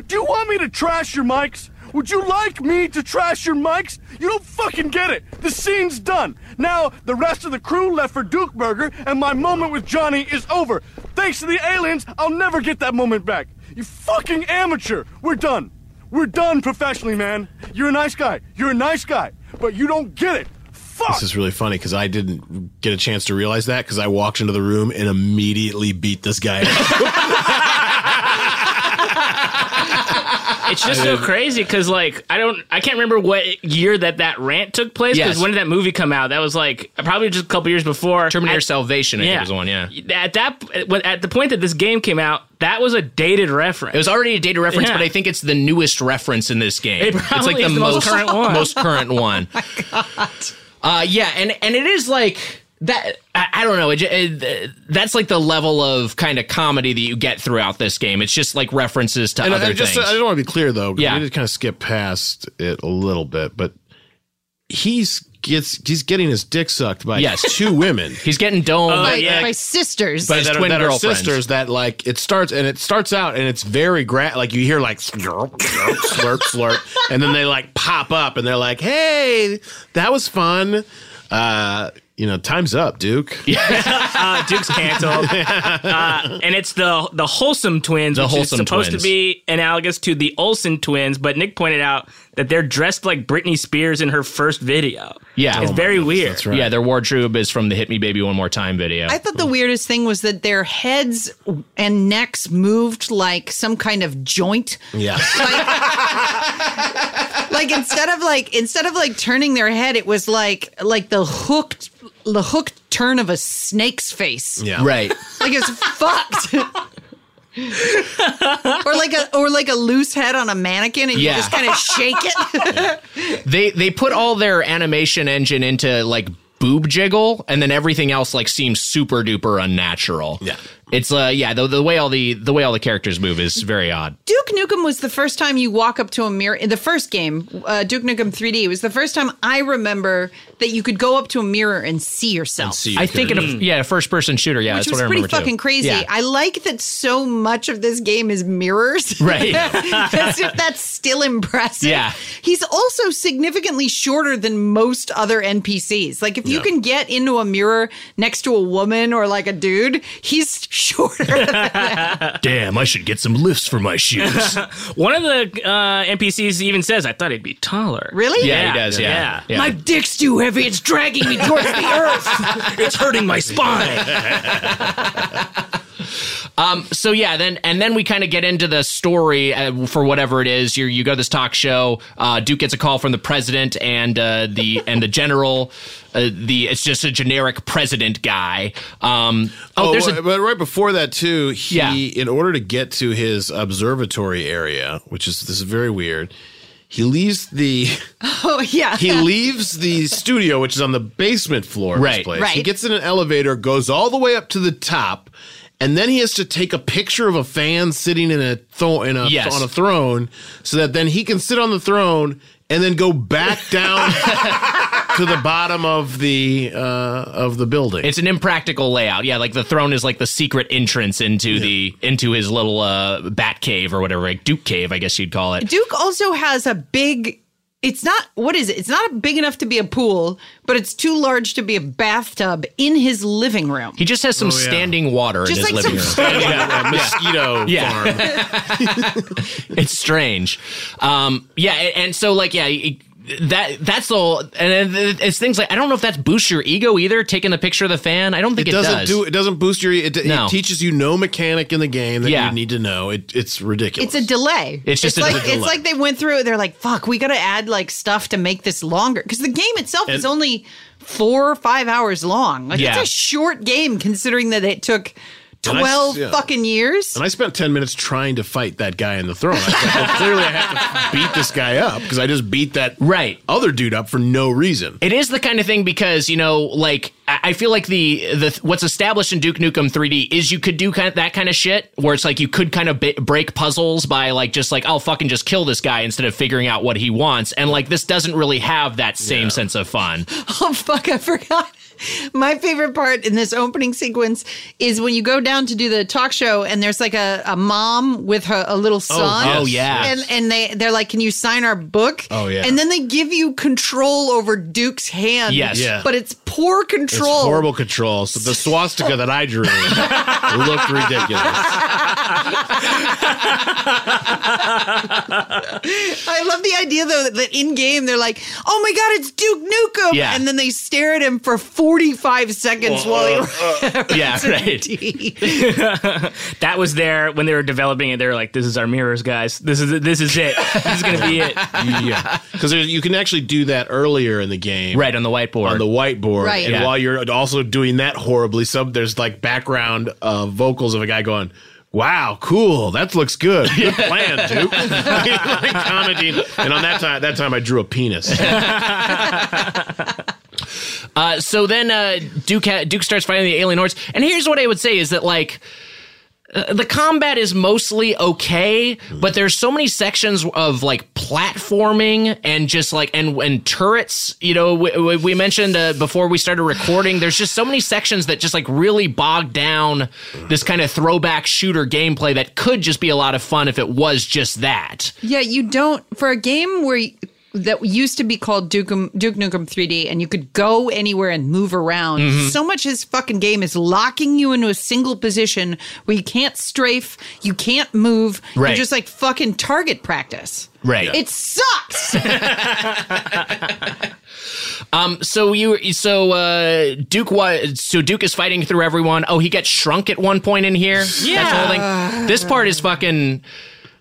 [SPEAKER 7] Do you want me to trash your mics? Would you like me to trash your mics? You don't fucking get it! The scene's done! Now, the rest of the crew left for Duke Burger, and my moment with Johnny is over! Thanks to the aliens, I'll never get that moment back! You fucking amateur! We're done! We're done professionally, man. You're a nice guy. You're a nice guy, but you don't get it. Fuck.
[SPEAKER 5] This is really funny because I didn't get a chance to realize that because I walked into the room and immediately beat this guy. up.
[SPEAKER 6] It's just so crazy because, like, I don't, I can't remember what year that that rant took place. Because
[SPEAKER 1] Yes.
[SPEAKER 6] when did that movie come out? That was like probably just a couple years before
[SPEAKER 1] Terminator
[SPEAKER 6] At-
[SPEAKER 1] Salvation, I think was the one, yeah.
[SPEAKER 6] At that, when- at the point that this game came out, that was a dated reference.
[SPEAKER 1] It was already a data reference,
[SPEAKER 6] Yeah.
[SPEAKER 1] but I think it's the newest reference in this game.
[SPEAKER 6] It
[SPEAKER 1] it's
[SPEAKER 6] probably
[SPEAKER 1] like the,
[SPEAKER 6] is the most
[SPEAKER 1] most
[SPEAKER 6] current one. Oh
[SPEAKER 1] Most current one. Uh, yeah, and and it is like that. I, I don't know. It, ju- it, that's like the level of kind of comedy that you get throughout this game. It's just like references to
[SPEAKER 5] And
[SPEAKER 1] other
[SPEAKER 5] I just
[SPEAKER 1] things.
[SPEAKER 5] I just want to be clear though. 'cause
[SPEAKER 1] Yeah.
[SPEAKER 5] We did kind of skip past it a little bit, but he's gets he's getting his dick sucked by
[SPEAKER 1] Yes.
[SPEAKER 5] two women.
[SPEAKER 1] He's getting domed.
[SPEAKER 4] my,
[SPEAKER 6] yeah.
[SPEAKER 4] my sisters.
[SPEAKER 1] Oh, But- His
[SPEAKER 5] Oh, that, are,
[SPEAKER 1] twin
[SPEAKER 5] that are
[SPEAKER 1] girlfriends.
[SPEAKER 5] sisters that like it starts and it starts out and it's very gra- like you hear like slurp slurp slurp slurp and then they like pop up and they're like hey that was fun uh you know time's up Duke
[SPEAKER 6] uh, Duke's canceled, uh, and it's the the wholesome twins,
[SPEAKER 1] The
[SPEAKER 6] which
[SPEAKER 1] Wholesome
[SPEAKER 6] is supposed
[SPEAKER 1] Twins.
[SPEAKER 6] to be analogous to the Olsen twins. But Nick pointed out that they're dressed like Britney Spears in her first video.
[SPEAKER 1] Yeah.
[SPEAKER 6] it's
[SPEAKER 1] Oh my
[SPEAKER 6] very weird.
[SPEAKER 5] that's right.
[SPEAKER 1] Yeah, their wardrobe is from the "Hit Me, Baby, One More Time" video.
[SPEAKER 4] I thought the weirdest thing was that their heads and necks moved like some kind of joint.
[SPEAKER 5] yeah
[SPEAKER 4] Like instead of like instead of like turning their head, it was like like the hooked the hooked turn of a snake's face.
[SPEAKER 5] yeah
[SPEAKER 1] right.
[SPEAKER 4] Like it's fucked. or like a or like a loose head on a mannequin and
[SPEAKER 1] Yeah.
[SPEAKER 4] you just kind of shake it.
[SPEAKER 1] They they put all their animation engine into like boob jiggle, and then everything else like seems super duper unnatural.
[SPEAKER 5] Yeah.
[SPEAKER 1] It's uh yeah the the way all the the way all the characters move is very odd.
[SPEAKER 4] Duke Nukem was the first time you walk up to a mirror in the first game, uh, Duke Nukem 3D was the first time I remember that you could go up to a mirror and see yourself.
[SPEAKER 5] See,
[SPEAKER 1] I think in a yeah first person shooter. Yeah,
[SPEAKER 4] which
[SPEAKER 1] that's
[SPEAKER 4] was
[SPEAKER 1] what I
[SPEAKER 4] pretty
[SPEAKER 1] remember
[SPEAKER 4] fucking
[SPEAKER 1] too.
[SPEAKER 4] crazy.
[SPEAKER 1] Yeah.
[SPEAKER 4] I like that so much of this game is mirrors.
[SPEAKER 1] Right.
[SPEAKER 4] As if that's still impressive.
[SPEAKER 1] Yeah.
[SPEAKER 4] He's also significantly shorter than most other NPCs. Like if you can get into a mirror next to a woman or like a dude, he's shorter.
[SPEAKER 1] Damn, I should get some lifts for my shoes.
[SPEAKER 6] One of the uh, NPCs even says, "I thought he'd be taller."
[SPEAKER 4] really?
[SPEAKER 1] Yeah, he does. Yeah,
[SPEAKER 6] Yeah.
[SPEAKER 1] yeah.
[SPEAKER 2] My dick's too heavy. It's dragging me towards the earth.
[SPEAKER 6] it's hurting my spine.
[SPEAKER 1] so yeah, then and then we kind of get into the story uh, for whatever it is. You you go to this talk show. Uh, Duke gets a call from the president and uh, the and the general. Uh, the it's just a generic president guy. Um, oh,
[SPEAKER 5] Oh,
[SPEAKER 1] there's
[SPEAKER 5] well,
[SPEAKER 1] a
[SPEAKER 5] but right before that too, he
[SPEAKER 1] Yeah.
[SPEAKER 5] in order to get to his observatory area, which is this is very weird, he leaves the
[SPEAKER 4] Oh yeah.
[SPEAKER 5] he leaves the studio, which is on the basement floor of
[SPEAKER 1] Right.
[SPEAKER 5] this place. He
[SPEAKER 4] Right.
[SPEAKER 5] gets in an elevator, goes all the way up to the top, and then he has to take a picture of a fan sitting in a thro- in a
[SPEAKER 1] Yes.
[SPEAKER 5] on a throne, so that then he can sit on the throne and then go back down to the bottom of the uh, of the building.
[SPEAKER 1] it's an impractical layout. Yeah, like the throne is like the secret entrance into the into his little uh, bat cave or whatever, like Duke cave, I guess you'd call it.
[SPEAKER 4] Duke also has a big. It's not what is it? It's not big enough to be a pool, but it's too large to be a bathtub in his living room.
[SPEAKER 1] He just has some
[SPEAKER 5] Oh,
[SPEAKER 1] standing water
[SPEAKER 4] Just
[SPEAKER 1] in his
[SPEAKER 4] like
[SPEAKER 1] living
[SPEAKER 4] some
[SPEAKER 1] room.
[SPEAKER 5] yeah, a mosquito
[SPEAKER 1] Yeah.
[SPEAKER 5] farm.
[SPEAKER 1] it's strange. Um, yeah, and, and so like yeah. it- that that's the whole, and it- it's things like I don't know if that's boosts your ego either. Taking the picture of the fan, I don't think it,
[SPEAKER 5] doesn't
[SPEAKER 1] does.
[SPEAKER 5] do it doesn't boost your it,
[SPEAKER 1] No.
[SPEAKER 5] it teaches you no mechanic in the game that
[SPEAKER 1] Yeah.
[SPEAKER 5] you need to know it, it's ridiculous
[SPEAKER 4] It's a delay.
[SPEAKER 1] It's just a
[SPEAKER 4] like
[SPEAKER 1] delay.
[SPEAKER 4] it's like they went through. it. They're like, "Fuck, we got to add like stuff to make this longer." Because the game itself is only four or five hours long. Like
[SPEAKER 1] Yeah.
[SPEAKER 4] it's a short game considering that it took
[SPEAKER 5] I-
[SPEAKER 4] twelve
[SPEAKER 5] yeah.
[SPEAKER 4] fucking years.
[SPEAKER 5] and I spent 10 minutes trying to fight that guy in the throne. I was like, well, clearly I have to beat this guy up because I just beat that
[SPEAKER 1] Right.
[SPEAKER 5] other dude up for no reason.
[SPEAKER 1] It is the kind of thing because you know, like I I feel like the the what's established in Duke Nukem 3D is you could do kind of that kind of shit where it's like you could kind of b- break puzzles by like just like I'll fucking just kill this guy instead of figuring out what he wants, and like this doesn't really have that same sense of fun.
[SPEAKER 4] Oh fuck, I forgot. My favorite part in this opening sequence is when you go down to do the talk show and there's like a, a mom with her a little son.
[SPEAKER 1] yes, Oh, yeah. yes.
[SPEAKER 4] And and they they're like, Can you sign our book?
[SPEAKER 5] Oh, yeah.
[SPEAKER 4] And then they give you control over Duke's hand.
[SPEAKER 1] Yes.
[SPEAKER 5] Yeah.
[SPEAKER 4] But it's poor
[SPEAKER 5] It's
[SPEAKER 4] control.
[SPEAKER 5] horrible control. So the swastika that I drew looked ridiculous.
[SPEAKER 4] I love the idea though that, that in game they're like, Oh my god, it's Duke Nukem.
[SPEAKER 1] Yeah.
[SPEAKER 4] And then they stare at him for forty five seconds while he
[SPEAKER 1] yeah, right.
[SPEAKER 6] that was there when they were developing it. They were like, "This is our mirrors, guys. This is this is it. This is gonna be it."
[SPEAKER 5] Yeah. Because you can actually do that earlier in the game.
[SPEAKER 1] Right on the whiteboard.
[SPEAKER 5] on the whiteboard.
[SPEAKER 4] Right.
[SPEAKER 5] And
[SPEAKER 1] Yeah.
[SPEAKER 5] while you're also doing that horribly, some there's like background uh, vocals of a guy going, "Wow, cool, that looks good. Good plan, Duke." Like, commenting. And on that time, that time I drew a penis.
[SPEAKER 1] Uh, so then uh, Duke ha- Duke starts fighting the alien hordes, and here's what I would say is that like uh, the combat is mostly okay, but there's so many sections of like platforming and just like and and turrets. You know, we, we- we mentioned uh, before we started recording. There's just so many sections that just like really bog down this kind of throwback shooter gameplay that could just be a lot of fun if it was just that.
[SPEAKER 4] Yeah, you don't for a game where y- that used to be called Duke, um, Duke Nukem 3D, and you could go anywhere and move around.
[SPEAKER 1] Mm-hmm.
[SPEAKER 4] So much his fucking game is locking you into a single position where you can't strafe, you can't move,
[SPEAKER 1] Right.
[SPEAKER 4] you're just like fucking target practice.
[SPEAKER 1] Right.
[SPEAKER 4] It sucks.
[SPEAKER 1] so you so uh duke was so duke is fighting through everyone oh he gets shrunk at one point in here
[SPEAKER 6] Yeah.
[SPEAKER 1] That's holding. this part is fucking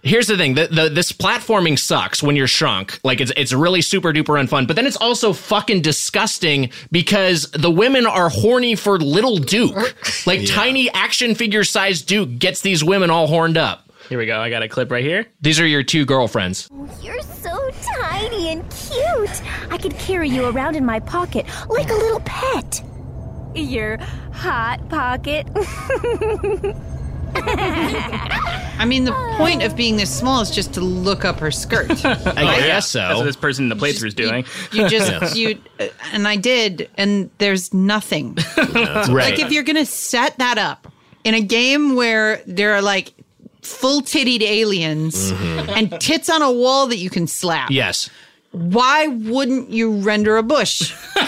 [SPEAKER 1] here's the thing the, the this platforming sucks when you're shrunk like it's it's really super duper unfun but then it's also fucking disgusting because the women are horny for little duke like tiny action figure sized duke gets these women all horned up
[SPEAKER 6] Here we go. I got a clip right here.
[SPEAKER 1] these are your two girlfriends
[SPEAKER 8] You're so tiny and cute. I could carry you around in my pocket like a little pet. Your hot pocket.
[SPEAKER 4] I mean, the point of being this small is just to look up her skirt.
[SPEAKER 1] i guess
[SPEAKER 6] Oh, That's what
[SPEAKER 1] so
[SPEAKER 6] this person in the playthrough is doing.
[SPEAKER 4] You just you, uh, and I did, and there's nothing.
[SPEAKER 1] right
[SPEAKER 4] Like if you're gonna set that up in a game where there are like full tittied aliens
[SPEAKER 5] Mm-hmm.
[SPEAKER 4] and tits on a wall that you can slap,
[SPEAKER 1] yes
[SPEAKER 4] why wouldn't you render a bush? or, or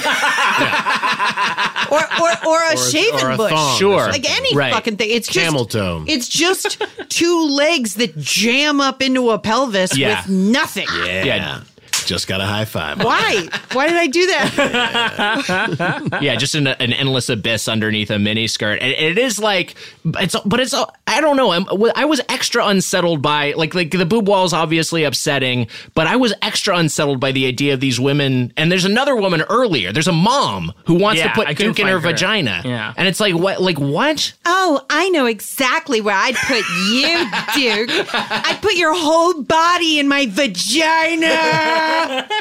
[SPEAKER 4] or a shaven
[SPEAKER 5] or a
[SPEAKER 4] bush.
[SPEAKER 5] thong.
[SPEAKER 1] Sure.
[SPEAKER 4] Like any
[SPEAKER 1] Right.
[SPEAKER 4] fucking thing. It's just
[SPEAKER 5] Camel toe.
[SPEAKER 4] It's just two legs that jam up into a pelvis
[SPEAKER 1] Yeah.
[SPEAKER 4] with nothing.
[SPEAKER 5] Yeah.
[SPEAKER 1] Yeah.
[SPEAKER 5] Just got a high five.
[SPEAKER 4] Why? Why did I do that?
[SPEAKER 1] yeah, just an, an endless abyss underneath a mini skirt, and it is like it's, but it's I don't know. I'm, I was extra unsettled by like like the boob wall is obviously upsetting, but I was extra unsettled by the idea of these women. And there's another woman earlier. There's a mom who wants
[SPEAKER 6] Yeah,
[SPEAKER 1] to put
[SPEAKER 6] I couldn't
[SPEAKER 1] Duke in her,
[SPEAKER 6] find her.
[SPEAKER 1] vagina.
[SPEAKER 6] Yeah.
[SPEAKER 1] and it's like what like what?
[SPEAKER 4] Oh, I know exactly where I'd put you, Duke. I'd put your whole body in my vagina.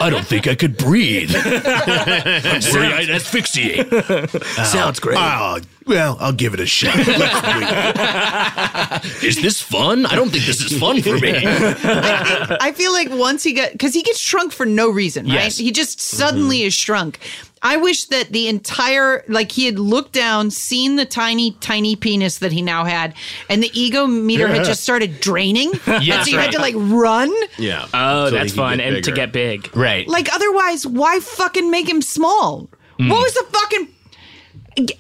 [SPEAKER 3] I don't think I could breathe. I'm worried I'd asphyxiate. Uh, Sounds great.
[SPEAKER 5] well, I'll give it a shot.
[SPEAKER 3] is this fun? I don't think this is fun for me.
[SPEAKER 4] I feel like once he got because he gets shrunk for no reason, right?
[SPEAKER 1] Yes.
[SPEAKER 4] He just suddenly is shrunk. I wish that the entire like he had looked down, seen the tiny, tiny penis that he now had, and the ego meter had just started draining. and so you had to like run.
[SPEAKER 5] yeah.
[SPEAKER 6] Oh,
[SPEAKER 5] So
[SPEAKER 6] that's
[SPEAKER 5] he can
[SPEAKER 6] fun.
[SPEAKER 5] get
[SPEAKER 6] And to
[SPEAKER 5] bigger.
[SPEAKER 6] get big.
[SPEAKER 1] Right.
[SPEAKER 4] Like otherwise, why fucking make him small?
[SPEAKER 1] Hmm.
[SPEAKER 4] What was the fucking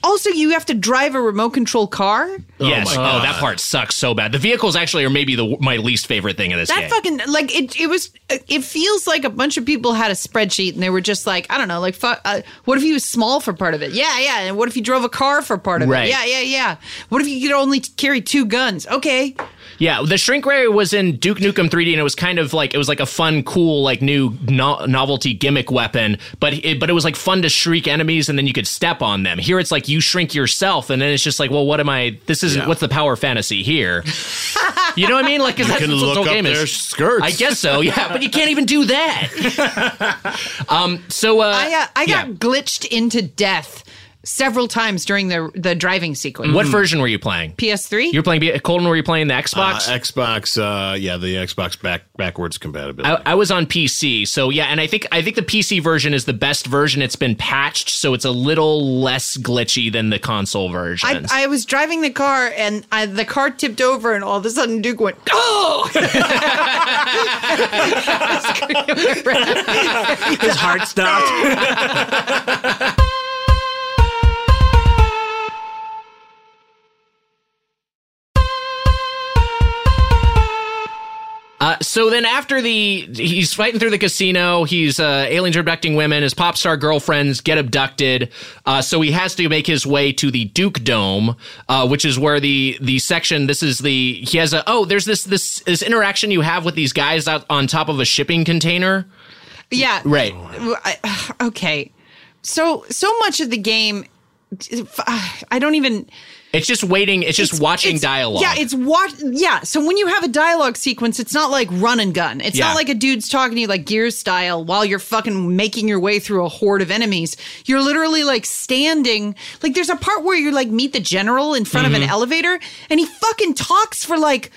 [SPEAKER 4] also you have to drive a remote control car?
[SPEAKER 1] yes.
[SPEAKER 5] my
[SPEAKER 1] Oh,
[SPEAKER 5] God.
[SPEAKER 1] that part sucks so bad. The vehicles actually are maybe the my least favorite thing in this
[SPEAKER 4] That
[SPEAKER 1] game.
[SPEAKER 4] fucking like it. It was. It feels like a bunch of people had a spreadsheet and they were just like, I don't know, like fuck. Uh, what if he was small for part of it? Yeah, yeah. And what if he drove a car for part of
[SPEAKER 1] Right.
[SPEAKER 4] it? Yeah, yeah, yeah. What if you could only carry two guns? Okay.
[SPEAKER 1] Uh, Yeah, the shrink ray was in Duke Nukem 3D, and it was kind of like it was like a fun, cool, like new no- novelty gimmick weapon. But it, but it was like fun to shriek enemies, and then you could step on them. Here, it's like you shrink yourself, and then it's just like, well, what am I? This isn't
[SPEAKER 5] Yeah.
[SPEAKER 1] what's the power fantasy here? you know what I mean? Like, 'cause that's
[SPEAKER 5] can
[SPEAKER 1] what
[SPEAKER 5] look
[SPEAKER 1] the whole
[SPEAKER 5] up
[SPEAKER 1] game
[SPEAKER 5] their
[SPEAKER 1] is.
[SPEAKER 5] skirts.
[SPEAKER 1] I guess so. Yeah, but you can't even do that. um. So uh,
[SPEAKER 4] I uh, I got
[SPEAKER 1] yeah.
[SPEAKER 4] glitched into death several times during the the driving sequence.
[SPEAKER 5] Hmm.
[SPEAKER 1] What version were you playing?
[SPEAKER 4] PS3?
[SPEAKER 1] You're playing B- Colton. Were you playing the
[SPEAKER 5] Uh,
[SPEAKER 1] Xbox?
[SPEAKER 5] Xbox, uh, yeah, the Xbox back backwards compatibility.
[SPEAKER 1] I, I was on PC, so yeah, and I think I think the PC version is the best version. It's been patched, so it's a little less glitchy than the console
[SPEAKER 4] I,
[SPEAKER 1] version.
[SPEAKER 4] I was driving the car and I, the car tipped over and all of a sudden Duke went, oh!
[SPEAKER 6] His heart stopped.
[SPEAKER 1] Uh, so then after the he's fighting through the casino, he's uh, aliens are abducting women. His pop star girlfriends get abducted, uh, so he has to make his way to the Duke Dome, uh, which is where the the section. This is the he has a oh there's this this this interaction you have with these guys out on top of a shipping container.
[SPEAKER 4] Yeah.
[SPEAKER 1] Right.
[SPEAKER 4] I- okay. So so much of the game I don't even.
[SPEAKER 1] It's just waiting. It's just
[SPEAKER 4] it's-
[SPEAKER 1] watching
[SPEAKER 4] it's-
[SPEAKER 1] dialogue.
[SPEAKER 4] Yeah, it's watch. Yeah, so when you have a dialogue sequence, it's not like run and gun. It's
[SPEAKER 1] Yeah.
[SPEAKER 4] not like a dude's talking to you like Gears style while you're fucking making your way through a horde of enemies. You're literally like standing. Like there's a part where you like meet the general in front
[SPEAKER 1] Mm-hmm.
[SPEAKER 4] of an elevator, and he fucking talks for like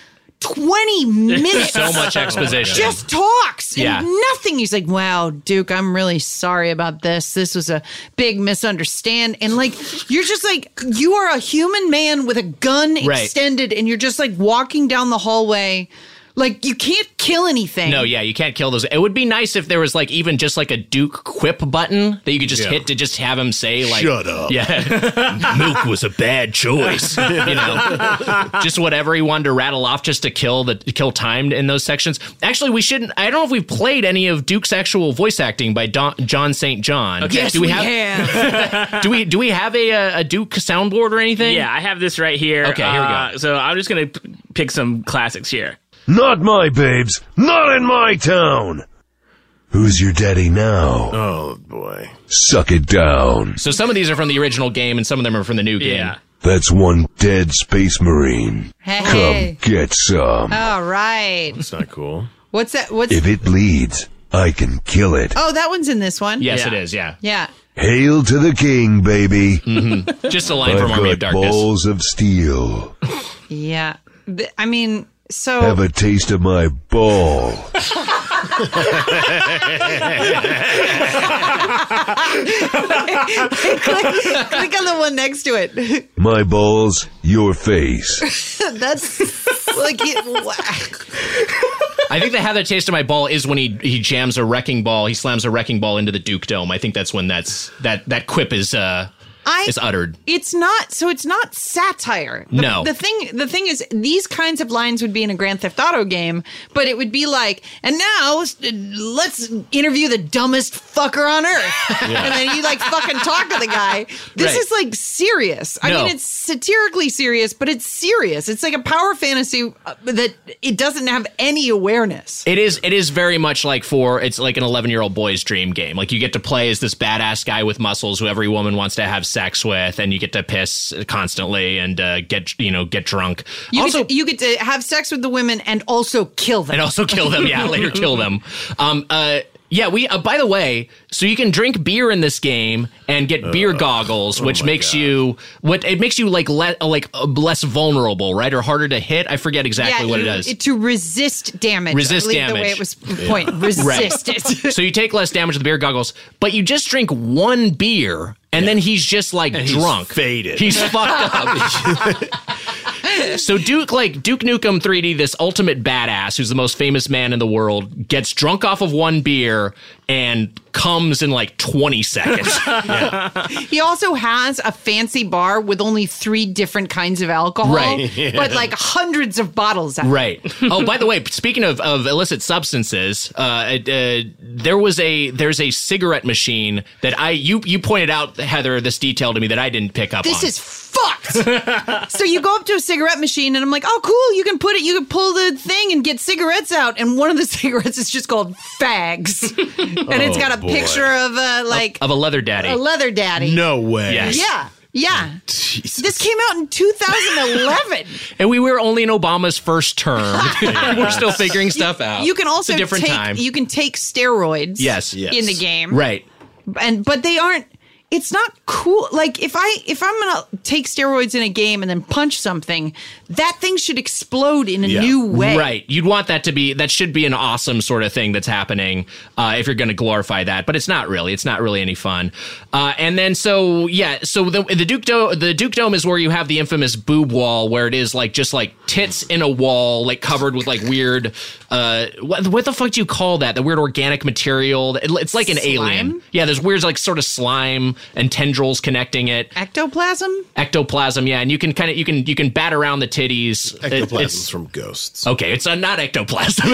[SPEAKER 4] twenty minutes.
[SPEAKER 1] so much exposition.
[SPEAKER 4] just talks and
[SPEAKER 1] Yeah.
[SPEAKER 4] nothing. He's like, "Wow, Duke, I'm really sorry about this. This was a big misunderstand." And like, you're just like, you are a human man with a gun
[SPEAKER 1] Right.
[SPEAKER 4] extended, and you're just like walking down the hallway, like you can't kill anything.
[SPEAKER 1] no, yeah, you can't kill those. It would be nice if there was like even just like a Duke quip button that you could just
[SPEAKER 5] Yeah.
[SPEAKER 1] hit to just have him say like
[SPEAKER 5] Shut up.
[SPEAKER 1] Yeah. Milk was a bad choice. you know. Just whatever he wanted to rattle off just to kill the kill time in those sections. Actually, we shouldn't I don't know if we've played any of Duke's actual voice acting by Don, John St. John.
[SPEAKER 6] Okay. Yes,
[SPEAKER 1] do we, have, do we do we have a uh, a Duke soundboard or anything?
[SPEAKER 6] Yeah, I have this right here.
[SPEAKER 1] Okay, here we go.
[SPEAKER 6] Uh, so I'm just gonna p- pick some classics here.
[SPEAKER 3] Not my babes. Not in my town. Who's your daddy now?
[SPEAKER 5] Oh boy.
[SPEAKER 3] Suck it down.
[SPEAKER 1] So some of these are from the original game and some of them are from the new game.
[SPEAKER 6] Yeah.
[SPEAKER 3] That's one dead space marine.
[SPEAKER 4] Hey. Uh.
[SPEAKER 3] Get some.
[SPEAKER 4] All right.
[SPEAKER 5] It's not cool.
[SPEAKER 4] What's that? What's
[SPEAKER 3] If it bleeds, I can kill it.
[SPEAKER 4] oh, that one's in this one.
[SPEAKER 1] Yes,
[SPEAKER 6] Yeah.
[SPEAKER 1] it is. Yeah.
[SPEAKER 4] Yeah.
[SPEAKER 3] Hail to the king, baby.
[SPEAKER 1] Just a line
[SPEAKER 3] I've
[SPEAKER 1] from Army Hmm. of
[SPEAKER 3] got
[SPEAKER 1] Darkness.
[SPEAKER 3] balls of steel.
[SPEAKER 4] Yeah. Th- I mean, so
[SPEAKER 1] Oh.
[SPEAKER 3] Have a taste of my ball.
[SPEAKER 4] click, click on the one next to it.
[SPEAKER 3] My balls, your face.
[SPEAKER 4] That's like it,
[SPEAKER 1] I think the have that taste of my ball is when he he jams a wrecking ball. He slams a wrecking ball into the Duke Dome. I think that's when that's that that quip is uh
[SPEAKER 4] I
[SPEAKER 1] is uttered.
[SPEAKER 4] It's not so it's not satire. The,
[SPEAKER 1] No.
[SPEAKER 4] The thing the thing is these kinds of lines would be in a Grand Theft Auto game, but it would be like, and now s- let's interview the dumbest fucker on earth. And then you like fucking talk to the guy. This
[SPEAKER 1] Right.
[SPEAKER 4] is like serious. I
[SPEAKER 1] No.
[SPEAKER 4] mean it's satirically serious, but it's serious. It's like a power fantasy uh, that it doesn't have any awareness.
[SPEAKER 1] It is it is very much like for it's like an 11 year old boy's dream game. Like you get to play as this badass guy with muscles who every woman wants to have sex with, and you get to piss constantly and uh, get you know get drunk.
[SPEAKER 4] You,
[SPEAKER 1] also,
[SPEAKER 4] get to, you get to have sex with the women and also kill them.
[SPEAKER 1] and also kill them. Yeah, later kill them. Um, uh, yeah, we. Uh, by the way, so you can drink beer in this game and get beer goggles, which makes you what it makes you like le- uh, like uh, less vulnerable, right, or harder to hit. I forget exactly what it
[SPEAKER 4] you-
[SPEAKER 1] does.
[SPEAKER 4] to resist damage. I
[SPEAKER 1] Resist
[SPEAKER 4] believe The way
[SPEAKER 1] damage.
[SPEAKER 4] it was point. Resist it.
[SPEAKER 1] so you take less damage with the beer goggles, but you just drink one beer. And then he's just like drunk,
[SPEAKER 5] faded.
[SPEAKER 1] He's fucked up. so Duke, like Duke Nukem 3D, this ultimate badass, who's the most famous man in the world, gets drunk off of one beer and comes in like 20 seconds.
[SPEAKER 4] He also has a fancy bar with only three different kinds of alcohol,
[SPEAKER 1] Right.
[SPEAKER 4] but like hundreds of bottles. Out.
[SPEAKER 1] Right. Oh, by the way, speaking of, of illicit substances, uh, it, uh, there was a there's a cigarette machine that I you you pointed out Heather this detail to me that I didn't pick up.
[SPEAKER 4] This
[SPEAKER 1] on.
[SPEAKER 4] is fucked. so you go up to a cigarette machine, and I'm like, "Oh, cool! You can put it. You can pull the thing and get cigarettes out." And one of the cigarettes is just called fags, and it's got a
[SPEAKER 5] boy.
[SPEAKER 4] picture of uh, like
[SPEAKER 1] Oh, of a leather daddy.
[SPEAKER 4] a leather daddy.
[SPEAKER 5] No way.
[SPEAKER 1] Yes.
[SPEAKER 4] Yeah. Yeah. This came out in 2011.
[SPEAKER 1] and we were only in Obama's first term. we're still figuring stuff out.
[SPEAKER 4] You can
[SPEAKER 1] It's
[SPEAKER 4] also
[SPEAKER 1] a different
[SPEAKER 4] take
[SPEAKER 1] time.
[SPEAKER 4] you can take steroids.
[SPEAKER 1] Yes. Yes.
[SPEAKER 4] in the game,
[SPEAKER 1] right.
[SPEAKER 4] And but they aren't. It's not cool. Like if I if I'm gonna take steroids in a game and then punch something, that thing should explode in a
[SPEAKER 5] Yeah.
[SPEAKER 4] new way.
[SPEAKER 1] Right. You'd want that to be that should be an awesome sort of thing that's happening uh, if you're going to glorify that, but it's not really. It's not really any fun. Uh, and then so yeah, so the the Duke Dome the Duke Dome is where you have the infamous boob wall where it is like just like tits in a wall like covered with like weird uh what, what the fuck do you call that? The weird organic material. It- it's like an alien. Yeah, there's weird like sort of slime and tendrils connecting it.
[SPEAKER 4] Ectoplasm.
[SPEAKER 1] Ectoplasm, yeah, and you can kind of you can you can bat around the titties. It-
[SPEAKER 5] Ectoplasms
[SPEAKER 1] it's-
[SPEAKER 5] from ghosts.
[SPEAKER 1] Okay, it's uh, not ectoplasm.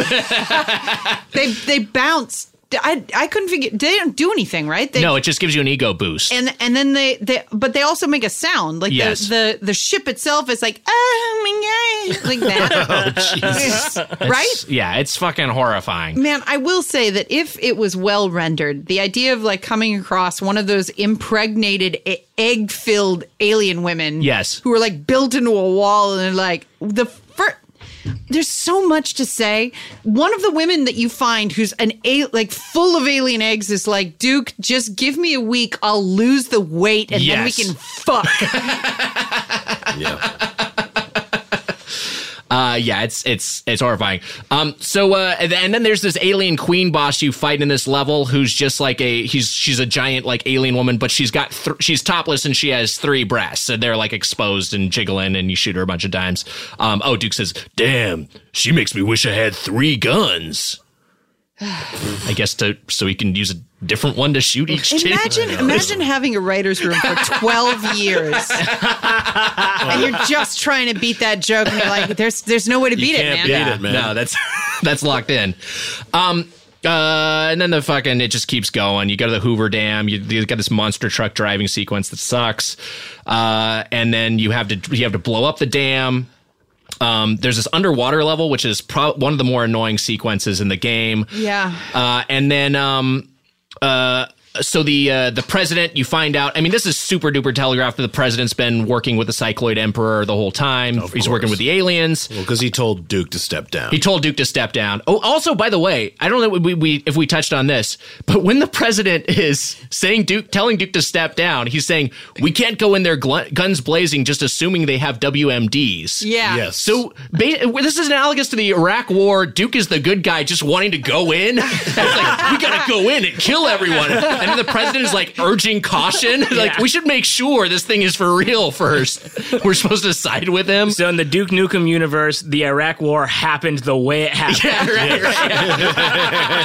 [SPEAKER 4] They they bounce I I couldn't figure. They don't do anything, right? They,
[SPEAKER 1] no, it just gives you an ego boost.
[SPEAKER 4] And and then they they but they also make a sound like
[SPEAKER 1] Yes.
[SPEAKER 4] the, the the ship itself is like oh my god like that
[SPEAKER 1] Jesus.
[SPEAKER 4] right
[SPEAKER 1] yeah, it's fucking horrifying.
[SPEAKER 4] Man, I will say that if it was well rendered, the idea of like coming across one of those impregnated e- egg-filled alien women,
[SPEAKER 1] Yes.
[SPEAKER 4] who are like built into a wall and they're like the first. There's so much to say. One of the women that you find who's an a- like full of alien eggs is like, Duke, just give me a week, I'll lose the weight, and
[SPEAKER 1] Yes.
[SPEAKER 4] then we can fuck.
[SPEAKER 5] Yeah.
[SPEAKER 1] Uh, yeah, it's it's it's horrifying. Um, so uh, and then and then there's this alien queen boss you fight in this level who's just like a he's she's a giant like alien woman, but she's got th- she's topless and she has three breasts and they're like exposed and jiggling, and you shoot her a bunch of times. Um, oh, Duke says, "Damn, she makes me wish I had three guns." I guess to so he can use a different one to shoot each. chick.
[SPEAKER 4] Imagine, imagine having a writer's room for 12 years. and you're just trying to beat that joke. And you're like, there's, there's no way to beat it,
[SPEAKER 5] can't
[SPEAKER 4] man.
[SPEAKER 5] beat it, man.
[SPEAKER 1] No, that's that's locked in. Um uh, and then the fucking it just keeps going. You go to the Hoover Dam. You, you got this monster truck driving sequence that sucks, uh, and then you have to you have to blow up the dam. Um, there's this underwater level, which is pro- one of the more annoying sequences in the game.
[SPEAKER 4] Yeah.
[SPEAKER 1] Uh, and then um, uh, so the uh, the president, you find out. I mean, this is super duper telegraphed. that The president's been working with the cycloid emperor the whole time. He's working with
[SPEAKER 5] course.
[SPEAKER 1] the aliens.
[SPEAKER 5] Well, because he told Duke to step down.
[SPEAKER 1] He told Duke to step down. Oh, also, by the way, I don't know if we, we if we touched on this, but when the president is saying Duke, telling Duke to step down, he's saying we can't go in there gl- guns blazing, just assuming they have WMDs.
[SPEAKER 4] Yeah.
[SPEAKER 5] yes.
[SPEAKER 1] So ba- this is analogous to the Iraq War. Duke is the good guy, just wanting to go in. it's like we gotta go in and kill everyone, and then the president is like urging caution. like
[SPEAKER 6] Yeah.
[SPEAKER 1] we should make sure this thing is for real first. We're supposed to side with him.
[SPEAKER 6] So in the Duke Nukem universe, the Iraq War happened the way it happened.
[SPEAKER 1] Yeah, right, right.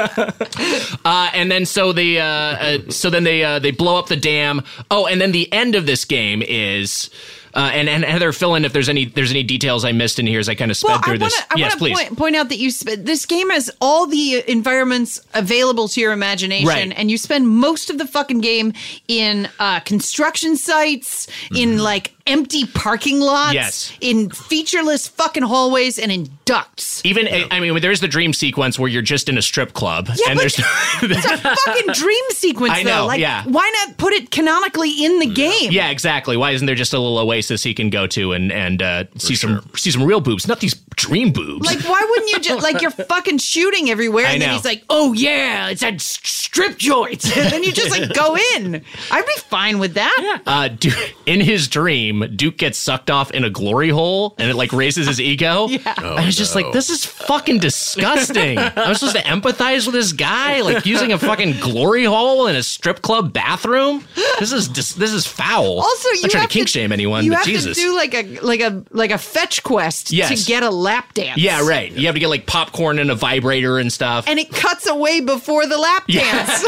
[SPEAKER 1] uh, and then so they uh, uh, so then they uh, they blow up the dam. Oh, and then the end of this game is. Uh, and, and Heather, fill in if there's any there's any details I missed in here as I kind of sped
[SPEAKER 4] Well, I
[SPEAKER 1] through
[SPEAKER 4] want
[SPEAKER 1] this.
[SPEAKER 4] to I
[SPEAKER 1] yes,
[SPEAKER 4] want to
[SPEAKER 1] please.
[SPEAKER 4] point, point out that you sp- this game has all the environments available to your imagination,
[SPEAKER 1] Right.
[SPEAKER 4] and you spend most of the fucking game in uh, construction sites, in like empty parking lots,
[SPEAKER 1] Mm-hmm. Yes.
[SPEAKER 4] in featureless fucking hallways, and in ducts.
[SPEAKER 1] Even I I mean, there's the dream sequence where you're just in a strip club, and
[SPEAKER 4] but-
[SPEAKER 1] there's
[SPEAKER 4] It's a fucking dream sequence,
[SPEAKER 1] I
[SPEAKER 4] though.
[SPEAKER 1] know,
[SPEAKER 4] Like,
[SPEAKER 1] yeah.
[SPEAKER 4] why not put it canonically in the game?
[SPEAKER 1] yeah, exactly. Why isn't there just a little oasis he can go to and and uh, see some see some real boobs, not these dream boobs?
[SPEAKER 4] Like, why wouldn't you just like you're fucking shooting everywhere,
[SPEAKER 1] I
[SPEAKER 4] and then
[SPEAKER 1] know.
[SPEAKER 4] he's like, "Oh yeah, it's at s- strip joints," and then you just like go in. I'd be fine with that.
[SPEAKER 1] Uh, Du in his dream, Duke gets sucked off in a glory hole, and it like raises his ego. yeah. I was just like, this is fucking disgusting. I'm supposed to empathize with this guy, like using a fucking glory hole in a strip club bathroom. This is dis- this is foul.
[SPEAKER 4] Also,
[SPEAKER 1] I'm
[SPEAKER 4] you
[SPEAKER 1] not trying
[SPEAKER 4] have
[SPEAKER 1] to kink
[SPEAKER 4] to,
[SPEAKER 1] shame anyone,
[SPEAKER 4] You
[SPEAKER 1] but
[SPEAKER 4] have
[SPEAKER 1] Jesus.
[SPEAKER 4] to do like a like a like a fetch quest
[SPEAKER 1] Yes.
[SPEAKER 4] to get a lap dance.
[SPEAKER 1] yeah, right. You have to get like popcorn and a vibrator and stuff.
[SPEAKER 4] And it cuts away before the lap dance.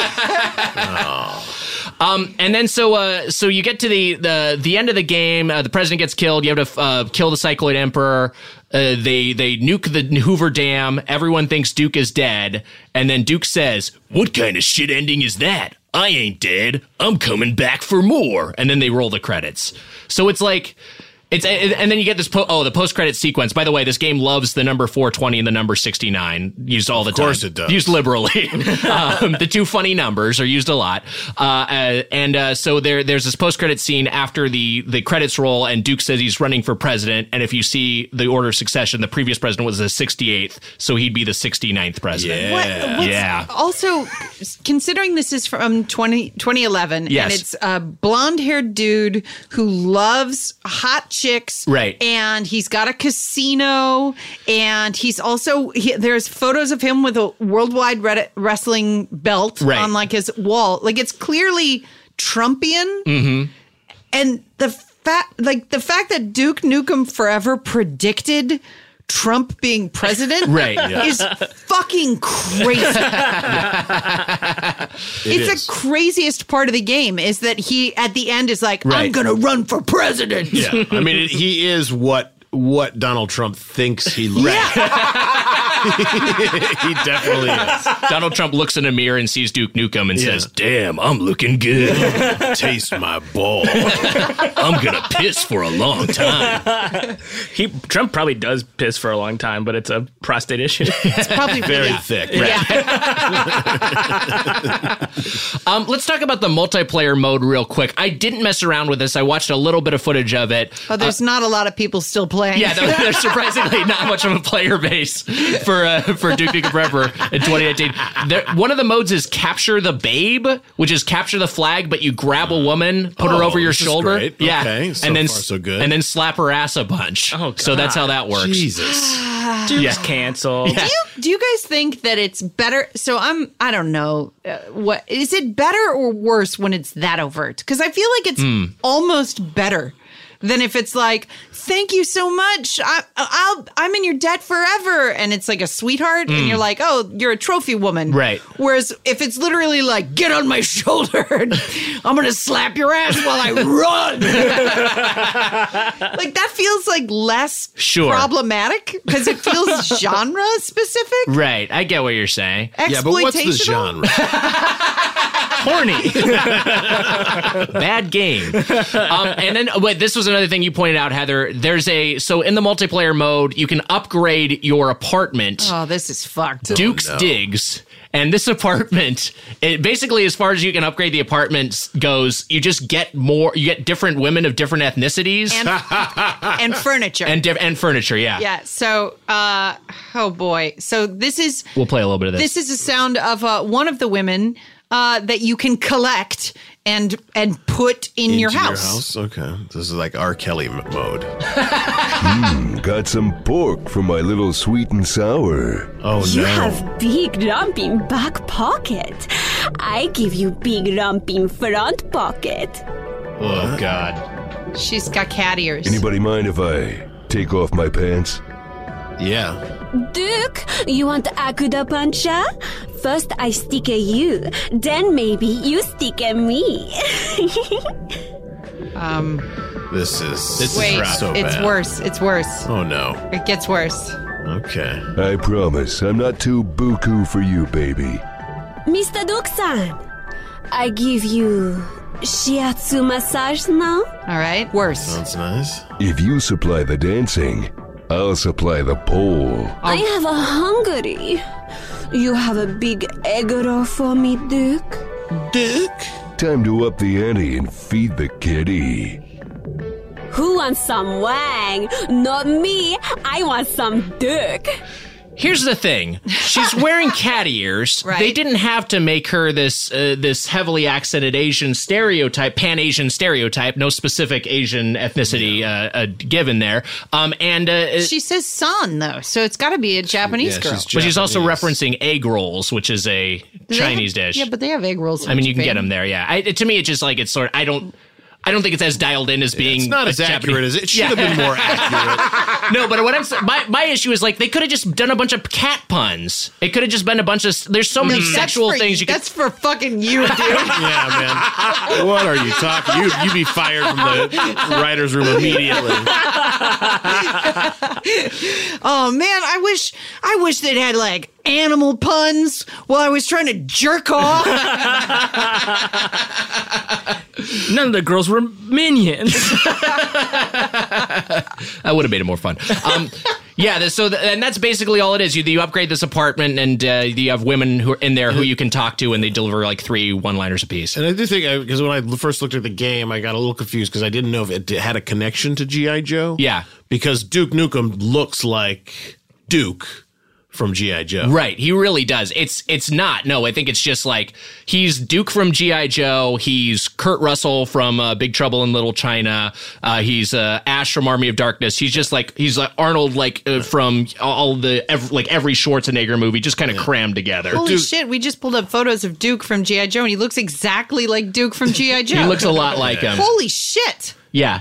[SPEAKER 1] and then so uh, so you get to the the the end of the game. Uh, the president gets killed. You have to uh, kill the cycloid emperor. Uh, they they nuke the Hoover Dam. Everyone thinks Duke is dead, and then Duke says, "What kind of shit ending is that? I ain't dead. I'm coming back for more." And then they roll the credits. So it's like. It's and then you get this po- oh the post credit sequence. By the way, this game loves the number 420 and the number 69 used all the time.
[SPEAKER 5] course it does.
[SPEAKER 1] Used liberally. um, the two funny numbers are used a lot, uh, uh, and uh, so there there's this post credit scene after the the credits roll, and Duke says he's running for president. And if you see the order of succession, the previous president was the 68th, so he'd be the 69th president.
[SPEAKER 5] Yeah.
[SPEAKER 4] What- what's-
[SPEAKER 1] Yeah.
[SPEAKER 4] Also, considering this is from 20, 2011,
[SPEAKER 1] Yes.
[SPEAKER 4] and it's a blonde haired dude who loves hot chicks.
[SPEAKER 1] Right.
[SPEAKER 4] And he's got a casino. And he's also, he, there's photos of him with a worldwide Reddit wrestling belt
[SPEAKER 1] Right.
[SPEAKER 4] on like his wall. Like it's clearly Trumpian. And the fact, like the fact that Duke Nukem Forever predicted. Trump being president
[SPEAKER 1] Right, yeah.
[SPEAKER 4] is fucking crazy
[SPEAKER 5] It
[SPEAKER 4] it's
[SPEAKER 5] is.
[SPEAKER 4] the craziest part of the game is that he at the end is like,
[SPEAKER 1] Right.
[SPEAKER 4] I'm gonna run for president.
[SPEAKER 5] yeah. I mean, it, he is what what Donald Trump thinks he looks.
[SPEAKER 4] Yeah.
[SPEAKER 5] he definitely is.
[SPEAKER 1] Donald Trump looks in a mirror and sees Duke Nukem and
[SPEAKER 5] Yeah.
[SPEAKER 1] says, "Damn, I'm looking good.
[SPEAKER 5] Taste my ball.
[SPEAKER 1] I'm gonna piss for a long time."
[SPEAKER 6] He Trump probably does piss for a long time, but it's a prostate issue.
[SPEAKER 4] It's probably
[SPEAKER 5] Very
[SPEAKER 4] yeah.
[SPEAKER 5] thick.
[SPEAKER 4] Yeah.
[SPEAKER 1] Um, let's talk about the multiplayer mode real quick. I didn't mess around with this. I watched a little bit of footage of it.
[SPEAKER 4] Oh, there's not a lot of people still playing.
[SPEAKER 1] uh, Yeah, there- there's surprisingly not much of a player base for uh, for Duke Nukem Forever in 2018. There, one of the modes is capture the babe, which is capture the flag, but you grab a woman, put her
[SPEAKER 5] Oh,
[SPEAKER 1] over your
[SPEAKER 5] this is
[SPEAKER 1] shoulder,
[SPEAKER 5] great.
[SPEAKER 1] yeah,
[SPEAKER 5] Okay, so
[SPEAKER 1] and then
[SPEAKER 5] far,
[SPEAKER 1] s-
[SPEAKER 5] so good.
[SPEAKER 1] and then slap her ass a bunch.
[SPEAKER 6] Oh,
[SPEAKER 1] so that's how
[SPEAKER 6] God.
[SPEAKER 1] that works.
[SPEAKER 5] Jesus.
[SPEAKER 6] Dude's canceled.
[SPEAKER 1] Yeah.
[SPEAKER 4] Do you guys think that it's better? So I'm, I don't know, uh, what is it better or worse when it's that overt? Because I feel like it's
[SPEAKER 5] Hmm.
[SPEAKER 4] almost better than if it's like, "Thank you so much, I, I'll, I'm in your debt forever," and it's like a sweetheart,
[SPEAKER 5] Hmm.
[SPEAKER 4] and you're like, "Oh, you're a trophy woman,"
[SPEAKER 1] Right.
[SPEAKER 4] Whereas if it's literally like, "Get on my shoulder, and I'm gonna slap your ass while I run," like that feels like less
[SPEAKER 1] Sure.
[SPEAKER 4] problematic because it feels genre specific.
[SPEAKER 1] Right, I get what you're saying.
[SPEAKER 5] Yeah, but what's the
[SPEAKER 4] Exploitational?
[SPEAKER 5] genre?
[SPEAKER 1] horny. Bad game. Um, and then, wait, this was another thing you pointed out, Heather. There's a, so in the multiplayer mode, you can upgrade your apartment,
[SPEAKER 4] Oh, this is fucked.
[SPEAKER 1] Duke's Digs. And this apartment, it basically, as far as you can upgrade the apartment goes, you just get more, you get different women of different ethnicities and,
[SPEAKER 4] And, and furniture.
[SPEAKER 1] diff- and furniture. Yeah.
[SPEAKER 4] yeah. So, uh, oh boy. So this is
[SPEAKER 1] We'll play a little bit of this.
[SPEAKER 4] this is a sound of uh, one of the women uh, that you can collect and and put in your
[SPEAKER 5] Into
[SPEAKER 4] house.
[SPEAKER 5] Okay. This is like R. Kelly m- mode.
[SPEAKER 3] Got some pork for my little sweet and sour.
[SPEAKER 5] Oh,
[SPEAKER 8] You
[SPEAKER 5] no.
[SPEAKER 8] have big lump in back pocket. I give you big lump in front pocket.
[SPEAKER 5] oh, God.
[SPEAKER 4] She's got cat ears.
[SPEAKER 3] Anybody mind if I take off my pants?
[SPEAKER 5] Yeah.
[SPEAKER 8] Duke, you want acudapuncture? First I stick at you, then maybe you stick at me.
[SPEAKER 5] This is. This
[SPEAKER 4] Wait,
[SPEAKER 5] is so
[SPEAKER 4] it's
[SPEAKER 5] bad.
[SPEAKER 4] worse. It's worse.
[SPEAKER 5] Oh, no.
[SPEAKER 4] It gets worse.
[SPEAKER 5] Okay.
[SPEAKER 3] I promise, I'm not too buku for you, baby.
[SPEAKER 8] Mr. Duke-san, I give you shiatsu massage now.
[SPEAKER 4] All right,
[SPEAKER 1] Uh-huh.
[SPEAKER 4] worse.
[SPEAKER 5] Sounds nice.
[SPEAKER 3] If you supply the dancing, I'll supply the pole.
[SPEAKER 8] I have a hungry. You have a big egg roll for me, Duke.
[SPEAKER 3] Time to up the ante and feed the kitty.
[SPEAKER 8] Who wants some wang? Not me. I want some Duke.
[SPEAKER 1] Here's the thing: she's wearing cat ears.
[SPEAKER 4] Right.
[SPEAKER 1] They didn't have to make her this uh, this heavily accented Asian stereotype, Pan Asian stereotype. No specific Asian ethnicity uh, uh, given there. Um, and uh, uh,
[SPEAKER 4] She says "san" though, so it's got to be a Japanese girl.
[SPEAKER 5] she's
[SPEAKER 1] but she's also
[SPEAKER 5] Japanese.
[SPEAKER 1] referencing egg rolls, which is a
[SPEAKER 4] They have-
[SPEAKER 1] Chinese dish.
[SPEAKER 4] Yeah, but they have egg rolls.
[SPEAKER 1] I mean, you can get
[SPEAKER 4] them.
[SPEAKER 1] them there. Yeah, I, it- to me, it's just like it's sort. Of, I don't. I don't think it's as dialed in as being
[SPEAKER 5] It's
[SPEAKER 1] a
[SPEAKER 5] not as
[SPEAKER 1] Japanese-
[SPEAKER 5] accurate as it should have been more accurate.
[SPEAKER 1] No, but what I'm sa- my my issue is like they could have just done a bunch of cat puns. It could have just been a bunch of. There's so many
[SPEAKER 4] Mm. That's
[SPEAKER 1] sexual
[SPEAKER 4] for-
[SPEAKER 1] things you could
[SPEAKER 4] That's for fucking you, dude.
[SPEAKER 5] yeah, man. What are you talking? You you'd be fired from the writers' room immediately.
[SPEAKER 4] oh man, I wish I wish they'd had like animal puns while I was trying to jerk off.
[SPEAKER 6] None of the girls were minions.
[SPEAKER 1] I would have made it more fun. Um, yeah, th- so th- and that's basically all it is. You you upgrade this apartment, and uh, you have women who are in there
[SPEAKER 5] Mm-hmm.
[SPEAKER 1] who you can talk to, and they deliver like three one liners apiece.
[SPEAKER 5] And I do think because when I first looked at the game, I got a little confused because I didn't know if it d- had a connection to GI Joe.
[SPEAKER 1] Yeah.
[SPEAKER 5] because Duke Nukem looks like Duke from GI Joe.
[SPEAKER 1] Right, he really does. It's it's not. No, I think it's just like he's Duke from GI Joe. He's Kurt Russell from uh, Big Trouble in Little China. Uh, he's uh, Ash from Army of Darkness. He's just like he's like Arnold, like uh, from all the ev- like every Schwarzenegger movie, just kind of crammed together.
[SPEAKER 4] Holy shit, we just pulled up photos of Duke from G.I. Joe and he looks exactly like Duke from G.I. Joe.
[SPEAKER 1] He looks a lot like him.
[SPEAKER 4] Holy shit.
[SPEAKER 1] Yeah,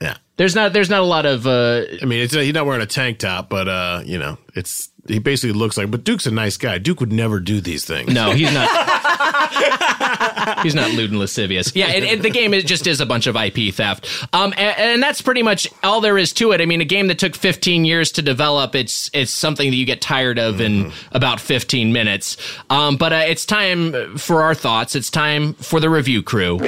[SPEAKER 5] Yeah,
[SPEAKER 1] there's not there's not a lot of. Uh,
[SPEAKER 5] I mean, it's, he's not wearing a tank top, but uh, you know, it's he basically looks like. But Duke's a nice guy. Duke would never do these things.
[SPEAKER 1] No, he's not. he's not lewd and lascivious. Yeah, and, and the game it just is a bunch of IP theft. Um, and, and that's pretty much all there is to it. I mean, a game that took 15 years to develop, it's it's something that you get tired of in about 15 minutes. Um, but uh, it's time for our thoughts. It's time for the review crew.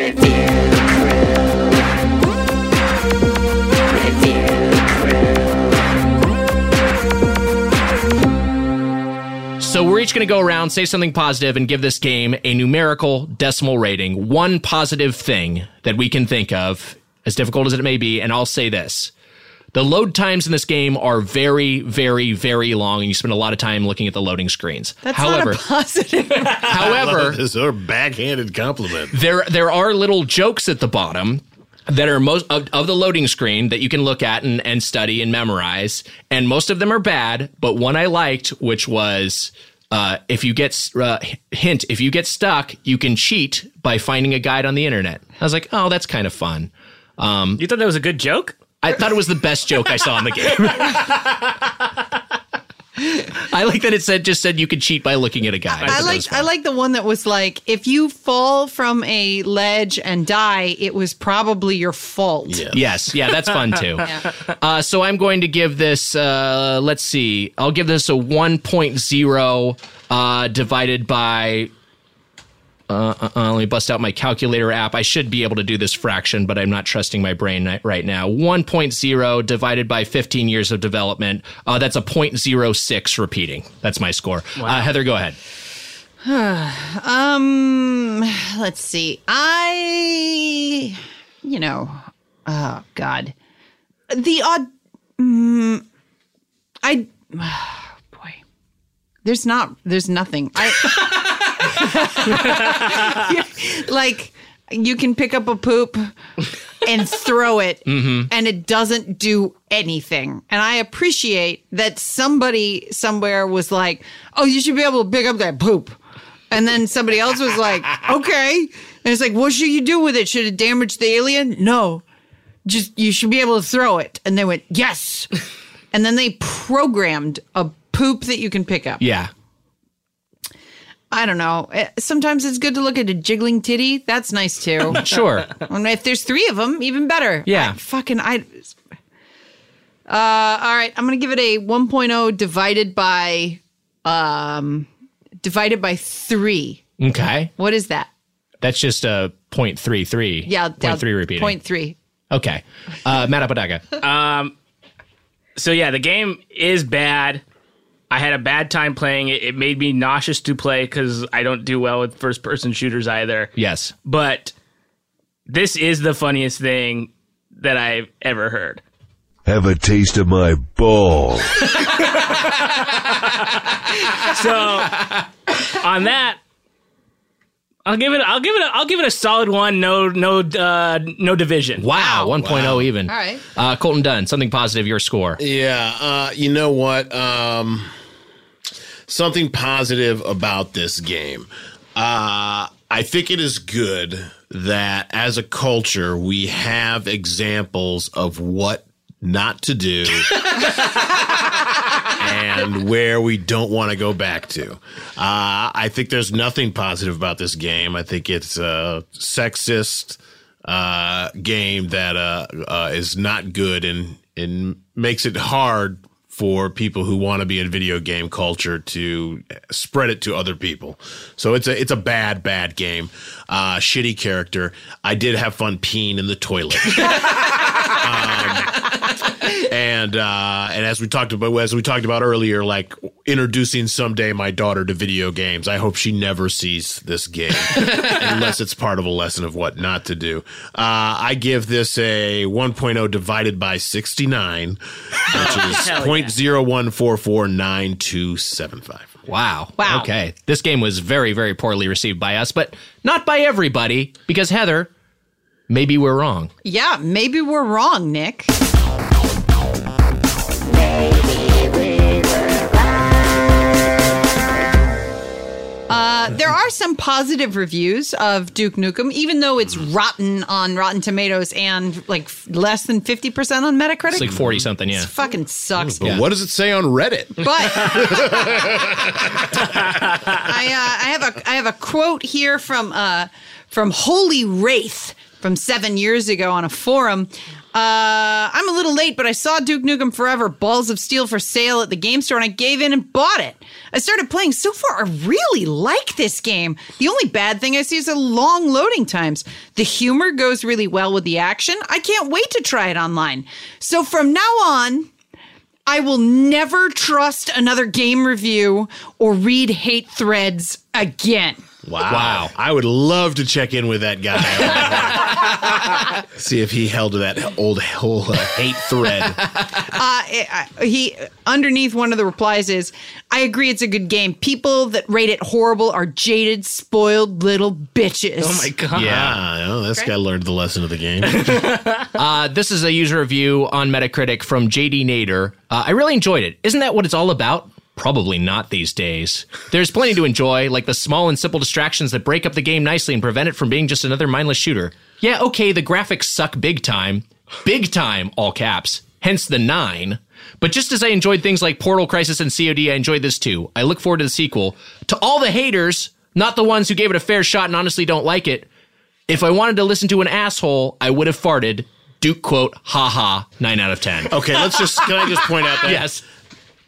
[SPEAKER 1] So we're each going to go around, say something positive, and give this game a numerical decimal rating. One positive thing that we can think of, as difficult as it may be, and I'll say this. The load times in this game are very, very, very long, and you spend a lot of time looking at the loading screens.
[SPEAKER 4] That's
[SPEAKER 1] however,
[SPEAKER 4] not a positive.
[SPEAKER 1] however,
[SPEAKER 5] This is a backhanded compliment.
[SPEAKER 1] there there are little jokes at the bottom that are most of, of the loading screen that you can look at and, and study and memorize and most of them are bad but one i liked which was uh, if you get s- uh, h- hint if you get stuck you can cheat by finding a guide on the internet i was like oh that's kind of fun
[SPEAKER 6] You thought that was a good joke?
[SPEAKER 1] i thought it was the best joke i saw in the game i like that it said just said you could cheat by looking at a guide
[SPEAKER 4] I
[SPEAKER 1] thought that was
[SPEAKER 4] like
[SPEAKER 1] fun.
[SPEAKER 4] I like the one that was like if you fall from a ledge and die, it was probably your fault.
[SPEAKER 5] Yeah.
[SPEAKER 1] Yes, yeah, that's fun too. uh, so I'm going to give this. Uh, let's see, I'll give this a 1.0 uh, divided by. Uh, uh, uh, let me bust out my calculator app. I should be able to do this fraction, but I'm not trusting my brain ni- right now. 1.0 divided by 15 years of development. Uh, that's a 0.06 repeating. That's my score. Uh, Heather, go ahead.
[SPEAKER 4] Um, let's see. I, you know, oh God, the odd. Mm, I, boy, there's not. There's nothing. I like. You can pick up a poop and throw it, and it doesn't do anything. And I appreciate that somebody somewhere was like, "Oh, you should be able to pick up that poop." And then somebody else was like, okay. And it's like, what should you do with it? Should it damage the alien? No. Just, you should be able to throw it. And they went, yes. And then they programmed a poop that you can pick up.
[SPEAKER 1] Yeah.
[SPEAKER 4] I don't know. Eh, Sometimes it's good to look at a jiggling titty. That's nice too.
[SPEAKER 1] Sure.
[SPEAKER 4] and if there's three of them, even better.
[SPEAKER 1] Yeah.
[SPEAKER 4] I fucking, I. Uh, all right. I'm going to give it a 1.0 divided by, um, divided by three.
[SPEAKER 1] okay.
[SPEAKER 4] What is that?
[SPEAKER 1] That's just a 0.33.
[SPEAKER 4] Yeah, down-
[SPEAKER 1] 0.3 repeating.
[SPEAKER 4] Point three.
[SPEAKER 1] Okay. Uh, Matt Apodaca.
[SPEAKER 6] So yeah, the game is bad. I had a bad time playing it. It made me nauseous to play because I don't do well with first person shooters either.
[SPEAKER 1] yes.
[SPEAKER 6] But this is the funniest thing that I've ever heard.
[SPEAKER 3] Have a taste of my ball.
[SPEAKER 6] So on that, I'll give it. I'll give it. A, I'll give it a solid one. No, no, uh, no division.
[SPEAKER 1] Wow, 1.0 even.
[SPEAKER 4] All right.
[SPEAKER 1] Uh, Colton Dunn, something positive, your score.
[SPEAKER 5] Yeah, uh, you know what? Um, something positive about this game. Uh, I think it is good that as a culture, we have examples of what not to do and where we don't want to go back to. Uh, I think there's nothing positive about this game. I think it's a sexist uh, game that uh, uh, is not good and and makes it hard for people who want to be in video game culture to spread it to other people. So it's a it's a bad bad game. Uh, shitty character. I did have fun peeing in the toilet. and uh, and as we talked about as we talked about earlier, like introducing someday my daughter to video games. I hope she never sees this game unless it's part of a lesson of what not to do. Uh, I give this a 1.0 divided by 69, which is
[SPEAKER 6] Hell yeah.
[SPEAKER 5] point zero one four four nine two seven five.
[SPEAKER 1] Wow.
[SPEAKER 4] Wow.
[SPEAKER 1] Okay. This game was very, very poorly received by us, but not by everybody, because Heather, maybe we're wrong.
[SPEAKER 4] Yeah, maybe we're wrong, Nick. Uh, there are some positive reviews of Duke Nukem, even though it's rotten on Rotten Tomatoes and like f- less than 50% on Metacritic.
[SPEAKER 1] It's like 40 something, yeah.
[SPEAKER 4] fucking sucks.
[SPEAKER 5] But what does it say on Reddit?
[SPEAKER 4] But I, uh, I have a I have a quote here from uh, from Holy Wraith from seven years ago on a forum. Uh, I'm a little late, but I saw Duke Nukem Forever Balls of Steel for sale at the game store, and I gave in and bought it. I started playing. So far, I really like this game. The only bad thing I see is the long loading times. The humor goes really well with the action. I can't wait to try it online. So from now on, I will never trust another game review or read hate threads again.
[SPEAKER 5] Wow. I would love to check in with that guy. See if he held to that old whole uh, hate thread.
[SPEAKER 4] Uh, I- I- he underneath one of the replies is, "I agree, it's a good game. People that rate it horrible are jaded, spoiled little bitches."
[SPEAKER 6] Oh my
[SPEAKER 1] Uh-huh.
[SPEAKER 6] god.
[SPEAKER 5] Yeah, no, this guy learned the lesson of the game.
[SPEAKER 1] Uh, this is a user review on Metacritic from JD Nader. Uh, I really enjoyed it. Isn't that what it's all about? Probably not these days. There's plenty to enjoy, like the small and simple distractions that break up the game nicely and prevent it from being just another mindless shooter. Yeah, okay, the graphics suck big time. Big time, all caps. Hence the nine. But just as I enjoyed things like Portal Crisis and COD, I enjoyed this too. I look forward to the sequel. To all the haters, not the ones who gave it a fair shot and honestly don't like it, if I wanted to listen to an asshole, I would have farted. Duke quote, haha, nine out of ten.
[SPEAKER 5] Okay, let's just can I just point out that
[SPEAKER 1] Yes.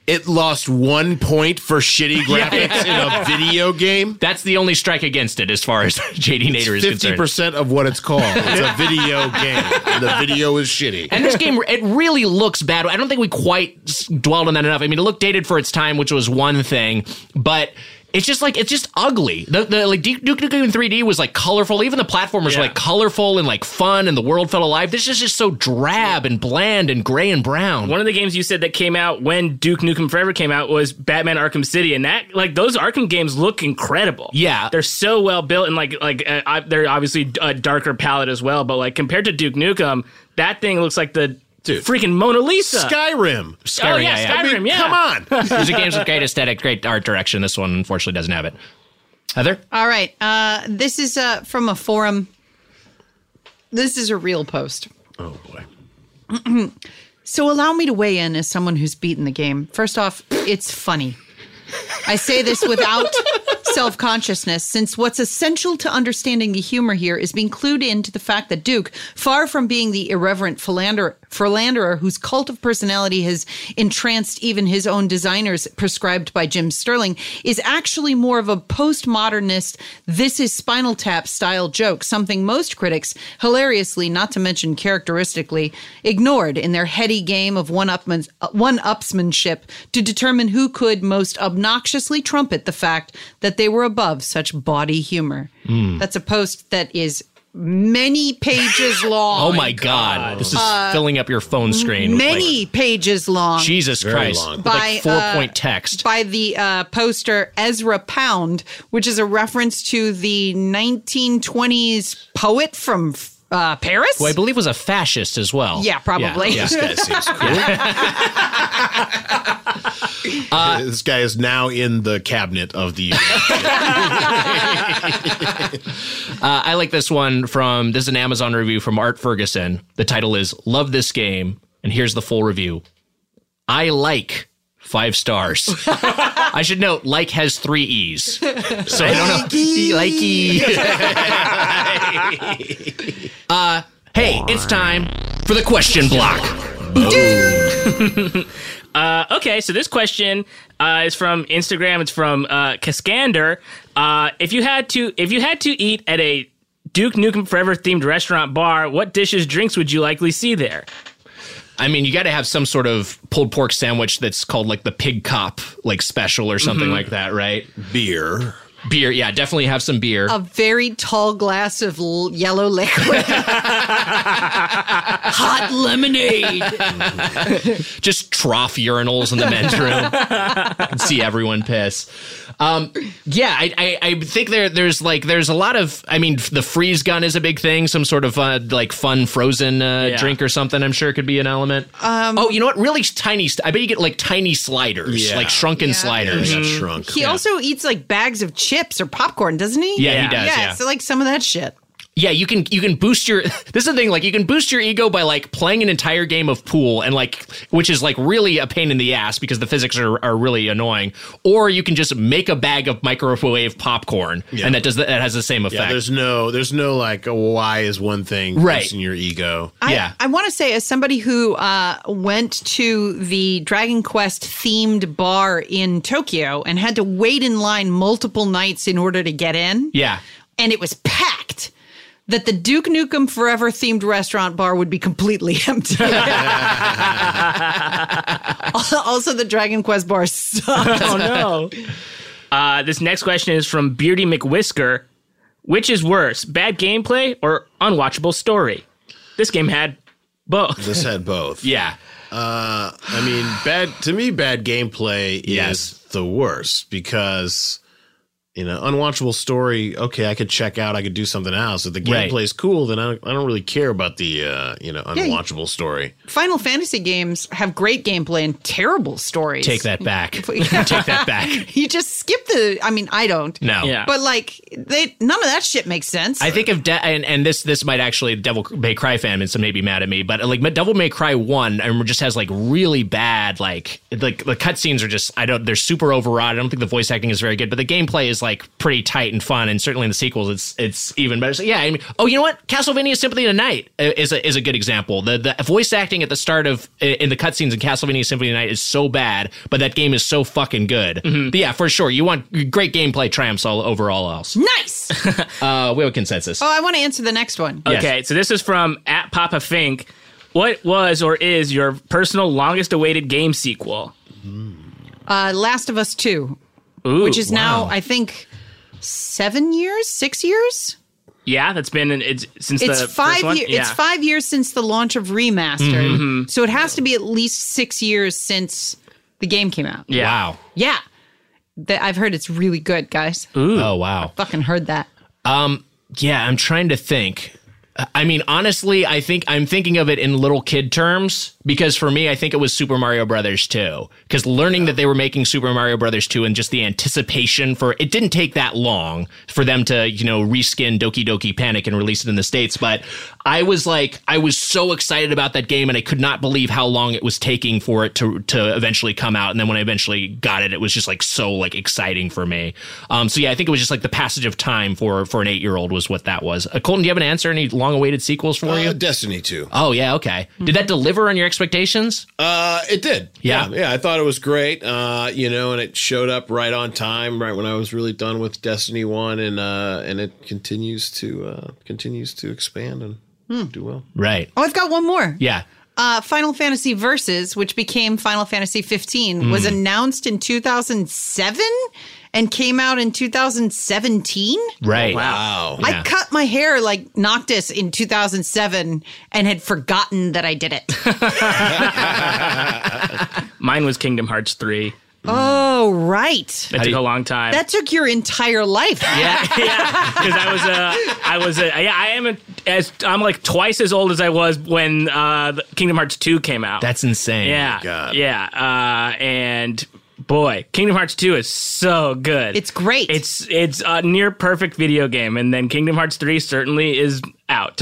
[SPEAKER 5] it lost one point for shitty graphics in a video game.
[SPEAKER 1] That's the only strike against it as far as JD Nader is
[SPEAKER 5] Fifty
[SPEAKER 1] concerned.
[SPEAKER 5] percent of what it's called. It's a video game. And the video is shitty.
[SPEAKER 1] And this game, it really looks bad. I don't think we quite s- dwelled on that enough. I mean, it looked dated for its time, which was one thing, but it's just like it's just ugly. The, the like Duke Duke Nukem 3D was like colorful. Even the platformers
[SPEAKER 6] Yeah.
[SPEAKER 1] were like colorful and like fun, and the world felt alive. This is just so drab and bland and gray and brown.
[SPEAKER 6] One of the games you said that came out when Duke Nukem Forever came out was Batman Arkham City, and that like those Arkham games look incredible.
[SPEAKER 1] Yeah.
[SPEAKER 6] they're so well built, and like like uh, I, they're obviously a darker palette as well. But like compared to Duke Nukem, that thing looks like the
[SPEAKER 5] Dude.
[SPEAKER 6] freaking Mona Lisa.
[SPEAKER 5] Skyrim.
[SPEAKER 6] oh
[SPEAKER 1] uh, Skyrim,
[SPEAKER 6] yeah,
[SPEAKER 1] yeah, yeah.
[SPEAKER 6] Skyrim. yeah,
[SPEAKER 5] Come on.
[SPEAKER 1] These are games with great aesthetic, great art direction. This one unfortunately doesn't have it. Heather,
[SPEAKER 4] All right, uh, this is uh, from a forum. This is a real post.
[SPEAKER 5] Oh boy.
[SPEAKER 4] So allow me to weigh in as someone who's beaten the game. First off, it's funny. I say this without self consciousness, since what's essential to understanding the humor here is being clued in to the fact that Duke, far from being the irreverent philander- philanderer whose cult of personality has entranced even his own designers prescribed by Jim Sterling, is actually more of a postmodernist, this is Spinal Tap style joke, something most critics, hilariously, not to mention characteristically, ignored in their heady game of one upsmanship to determine who could most obnoxiously trumpet the fact that they were above such bawdy humor.
[SPEAKER 1] Hmm.
[SPEAKER 4] That's a post that is many pages long.
[SPEAKER 1] Oh my god. This is
[SPEAKER 4] Uh,
[SPEAKER 1] filling up your phone screen. with, like,
[SPEAKER 4] many pages long.
[SPEAKER 1] Jesus
[SPEAKER 5] Very
[SPEAKER 1] Christ.
[SPEAKER 5] long.
[SPEAKER 1] With,
[SPEAKER 4] By,
[SPEAKER 1] like four
[SPEAKER 4] uh,
[SPEAKER 1] point text.
[SPEAKER 4] by the uh, poster Ezra Pound, which is a reference to the 1920s poet from uh, Paris.
[SPEAKER 1] who I believe was a fascist as well.
[SPEAKER 4] yeah, probably.
[SPEAKER 1] Yeah,
[SPEAKER 5] This guy seems cool. Uh, this guy is now in the cabinet of the
[SPEAKER 1] Uh, I like this one from this is an Amazon review from Art Ferguson. The title is Love This Game, and here's the full review. I like five stars. I should note, like has three E's. So I don't know.
[SPEAKER 4] E.
[SPEAKER 1] E. Likey. uh, hey, it's time for the question block.
[SPEAKER 6] Okay, so this question uh, is from Instagram. It's from uh, Cascander. Uh, if you had to, if you had to eat at a Duke Nukem Forever themed restaurant bar, what dishes, drinks would you likely see there?
[SPEAKER 1] I mean, you got to have some sort of pulled pork sandwich that's called like the pig cop, like special or something like that, right?
[SPEAKER 5] beer.
[SPEAKER 1] Beer, yeah, definitely have some beer.
[SPEAKER 4] A very tall glass of l- yellow liquid. Hot lemonade.
[SPEAKER 1] Just trough urinals in the men's room. And see everyone piss. Um, yeah, I, I, I think there there's like there's a lot of I mean f- the freeze gun is a big thing. Some sort of uh, like fun frozen uh,
[SPEAKER 6] Yeah.
[SPEAKER 1] drink or something. I'm sure could be an element. Um, oh, you know what? Really tiny. St- I bet you get like tiny sliders,
[SPEAKER 5] Yeah.
[SPEAKER 1] like shrunken
[SPEAKER 4] Yeah.
[SPEAKER 5] Yeah, they
[SPEAKER 1] sliders.
[SPEAKER 5] got shrunk.
[SPEAKER 4] He also eats like bags of chips or popcorn, doesn't he?
[SPEAKER 1] Yeah, he does,
[SPEAKER 4] Yeah,
[SPEAKER 1] yeah.
[SPEAKER 4] so like some of that shit.
[SPEAKER 1] Yeah, you can you can boost your this is the thing like you can boost your ego by like playing an entire game of pool and like which is like really a pain in the ass because the physics are, are really annoying or you can just make a bag of microwave popcorn and that does that has the same
[SPEAKER 5] Yeah,
[SPEAKER 1] effect.
[SPEAKER 5] there's no, there's no like a why is one thing
[SPEAKER 1] Right.
[SPEAKER 5] boosting your ego.
[SPEAKER 4] I,
[SPEAKER 1] Yeah.
[SPEAKER 4] I want to say, as somebody who uh, went to the Dragon Quest themed bar in Tokyo and had to wait in line multiple nights in order to get in,
[SPEAKER 1] yeah.
[SPEAKER 4] and it was packed, that the Duke Nukem Forever themed restaurant bar would be completely empty. also, the Dragon Quest bar sucked.
[SPEAKER 6] Oh no. Uh, this next question is from Beardy McWhisker. Which is worse, bad gameplay or unwatchable story? This game had both.
[SPEAKER 5] This had both.
[SPEAKER 1] Yeah.
[SPEAKER 5] Uh, I mean, bad to me, bad gameplay
[SPEAKER 1] Yes.
[SPEAKER 5] is the worst because you know, unwatchable story. Okay, I could check out, I could do something else. If the
[SPEAKER 1] Right.
[SPEAKER 5] gameplay's cool, then I don't, I don't really care about the uh, you know
[SPEAKER 4] you-
[SPEAKER 5] unwatchable story.
[SPEAKER 4] Final Fantasy games have great gameplay and terrible stories.
[SPEAKER 1] Take that back. Take that back.
[SPEAKER 4] You just skip the. I mean, I don't.
[SPEAKER 1] No.
[SPEAKER 6] Yeah.
[SPEAKER 4] But like, they none of that shit makes sense.
[SPEAKER 1] I think of de- and, and this this might actually Devil May Cry fan and some may be mad at me, but uh, like Devil May Cry one, I remember just has like really bad like like the cutscenes are just I don't they're super overwrought. I don't think the voice acting is very good, but the gameplay is like pretty tight and fun, and certainly in the sequels it's it's even better. So yeah, I mean, oh you know what, Castlevania Symphony of the Night i- is a is a good example. The the voice acting at the start of i- in the cutscenes in Castlevania Symphony of the Night is so bad, but that game is so fucking good. But yeah, for sure, you want great gameplay triumphs all over all else.
[SPEAKER 4] nice. oh,
[SPEAKER 1] Uh, we have a consensus.
[SPEAKER 4] I want to answer the next one.
[SPEAKER 1] Yes.
[SPEAKER 6] Okay, so this is from at Papa Fink. What was or is your personal longest awaited game sequel?
[SPEAKER 4] Uh, Last of Us Two,
[SPEAKER 6] Ooh,
[SPEAKER 4] which is now I think seven years, six years.
[SPEAKER 6] yeah, that's been an, it's since
[SPEAKER 4] It's
[SPEAKER 6] the
[SPEAKER 4] five.
[SPEAKER 6] first one?
[SPEAKER 4] Year,
[SPEAKER 6] yeah. Mm-hmm.
[SPEAKER 4] It's five years since the launch of remastered, so it has to be at least six years since the game came out.
[SPEAKER 6] Yeah.
[SPEAKER 1] Wow.
[SPEAKER 4] Yeah. That I've heard it's really good, guys.
[SPEAKER 6] Mm.
[SPEAKER 1] Oh wow.
[SPEAKER 4] Fucking heard that.
[SPEAKER 1] Um, Yeah, I'm trying to think. I mean, honestly, I think I'm thinking of it in little kid terms because for me, I think it was Super Mario Brothers 2. Because learning that they were making Super Mario Brothers 2 and just the anticipation for it didn't take that long for them to, you know, reskin Doki Doki Panic and release it in the States. But I was like, I was so excited about that game and I could not believe how long it was taking for it to, to eventually come out. And then when I eventually got it, it was just like so like exciting for me. Um, so yeah, I think it was just like the passage of time for, for an eight year old was what that was. Uh, Colton, do you have an answer? Any long awaited sequels for you?
[SPEAKER 5] Uh, Destiny two.
[SPEAKER 1] Oh yeah, okay. Did that deliver on your expectations?
[SPEAKER 5] Uh, it did.
[SPEAKER 1] Yeah.
[SPEAKER 5] yeah. I thought it was great. Uh, you know, and it showed up right on time, right when I was really done with Destiny One, and uh, and it continues to uh, continues to expand and do well.
[SPEAKER 1] Right.
[SPEAKER 4] Oh, I've got one more.
[SPEAKER 1] Yeah.
[SPEAKER 4] Uh, Final Fantasy Versus, which became Final Fantasy 15, was
[SPEAKER 6] Mm.
[SPEAKER 4] announced in 2007 and came out in 2017.
[SPEAKER 1] Right.
[SPEAKER 5] Wow.
[SPEAKER 1] Yeah.
[SPEAKER 4] I cut my hair like Noctis in 2007 and had forgotten that I did it.
[SPEAKER 6] Mine was Kingdom Hearts 3.
[SPEAKER 4] oh, right.
[SPEAKER 6] That took a long time.
[SPEAKER 4] That took your entire life.
[SPEAKER 6] yeah, because I was uh, I was uh, yeah, I am a, as I'm like twice as old as I was when uh, the Kingdom Hearts 2 came out.
[SPEAKER 1] That's insane.
[SPEAKER 6] yeah,
[SPEAKER 5] God.
[SPEAKER 6] yeah, uh, and boy, Kingdom Hearts 2 is so good.
[SPEAKER 4] It's great.
[SPEAKER 6] It's it's a near perfect video game, and then Kingdom Hearts 3 certainly is out.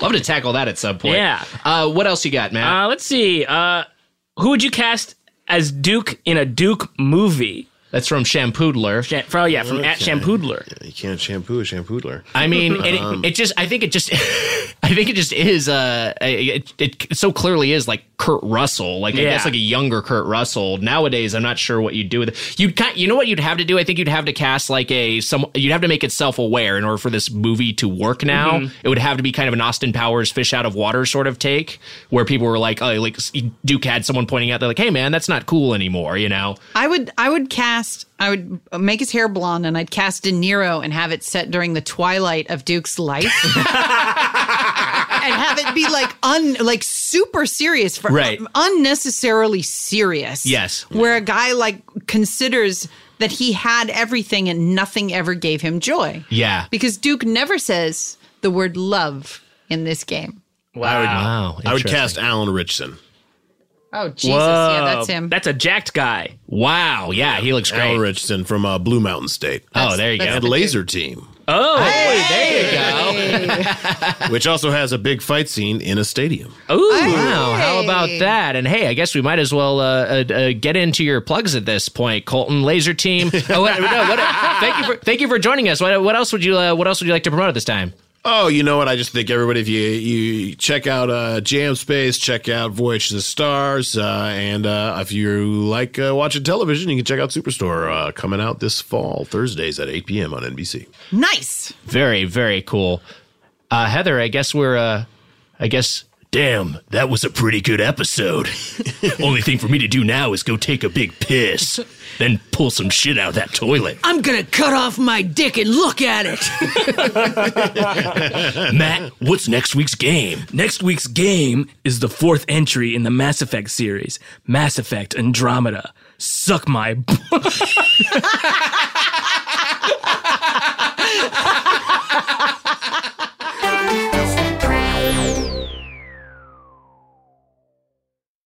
[SPEAKER 1] Love to tackle that at some point.
[SPEAKER 6] Yeah.
[SPEAKER 1] Uh, what else you got, man?
[SPEAKER 6] Uh, let's see. Uh, who would you cast as Duke in a Duke movie?
[SPEAKER 1] That's from Shampoodler.
[SPEAKER 6] Jan- from- yeah, from at
[SPEAKER 5] Okay.
[SPEAKER 6] Shampoodler.
[SPEAKER 5] You can't shampoo a shampoodler.
[SPEAKER 1] I mean, and
[SPEAKER 5] Um,
[SPEAKER 1] it, it just, I think it just, I think it just is, uh, it, it, so clearly is like Kurt Russell, like I
[SPEAKER 6] Yeah.
[SPEAKER 1] guess like a younger Kurt Russell. Nowadays, I'm not sure what you'd do with it. You'd kind, you know what you'd have to do? I think you'd have to cast like a, some, you'd have to make it self aware in order for this movie to work now.
[SPEAKER 5] Mm-hmm.
[SPEAKER 1] It would have to be kind of an Austin Powers fish out of water sort of take where people were like, oh, like Duke had someone pointing out, they're like, hey man, that's not cool anymore, you know?
[SPEAKER 4] I would I would cast I would make his hair blonde and I'd cast De Niro and have it set during the twilight of Duke's life. and have it be like un like super serious for
[SPEAKER 1] Right.
[SPEAKER 4] unnecessarily serious.
[SPEAKER 1] Yes.
[SPEAKER 4] Where a guy like considers that he had everything and nothing ever gave him joy.
[SPEAKER 1] Yeah.
[SPEAKER 4] Because Duke never says the word love in this game.
[SPEAKER 1] Wow.
[SPEAKER 5] I would
[SPEAKER 1] interesting.
[SPEAKER 5] cast Alan Richson.
[SPEAKER 4] Oh Jesus. Yeah, that's him.
[SPEAKER 6] That's a jacked guy.
[SPEAKER 1] Wow. Yeah, he looks
[SPEAKER 5] Alan
[SPEAKER 1] great.
[SPEAKER 5] Richson from uh, Blue Mountain State.
[SPEAKER 1] Oh, there you go.
[SPEAKER 5] and Laser Team,
[SPEAKER 6] Oh,
[SPEAKER 5] which also has a big fight scene in a stadium.
[SPEAKER 6] ooh.
[SPEAKER 1] Wow, how about that? And hey, I guess we might as well uh, uh, uh, get into your plugs at this point, Colton. Laser Team. Oh, what, no, what, thank you for thank you for joining us. What, what else would you uh, What else would you like to promote at this time?
[SPEAKER 5] Oh, you know what? I just think everybody, if you you check out uh, Jam Space, check out Voyage to the Stars, uh, and uh, if you like uh, watching television, you can check out Superstore uh, coming out this fall, Thursdays at 8 p.m. on NBC.
[SPEAKER 4] nice.
[SPEAKER 1] Very very cool, uh, Heather. I guess we're. Uh, I guess. Damn, that was a pretty good episode. Only thing for me to do now is go take a big piss, then pull some shit out of that toilet.
[SPEAKER 2] I'm gonna cut off my dick and look at it.
[SPEAKER 1] Matt, what's next week's game?
[SPEAKER 6] Next week's game is the fourth entry in the Mass Effect series, Mass Effect Andromeda. Suck my. B-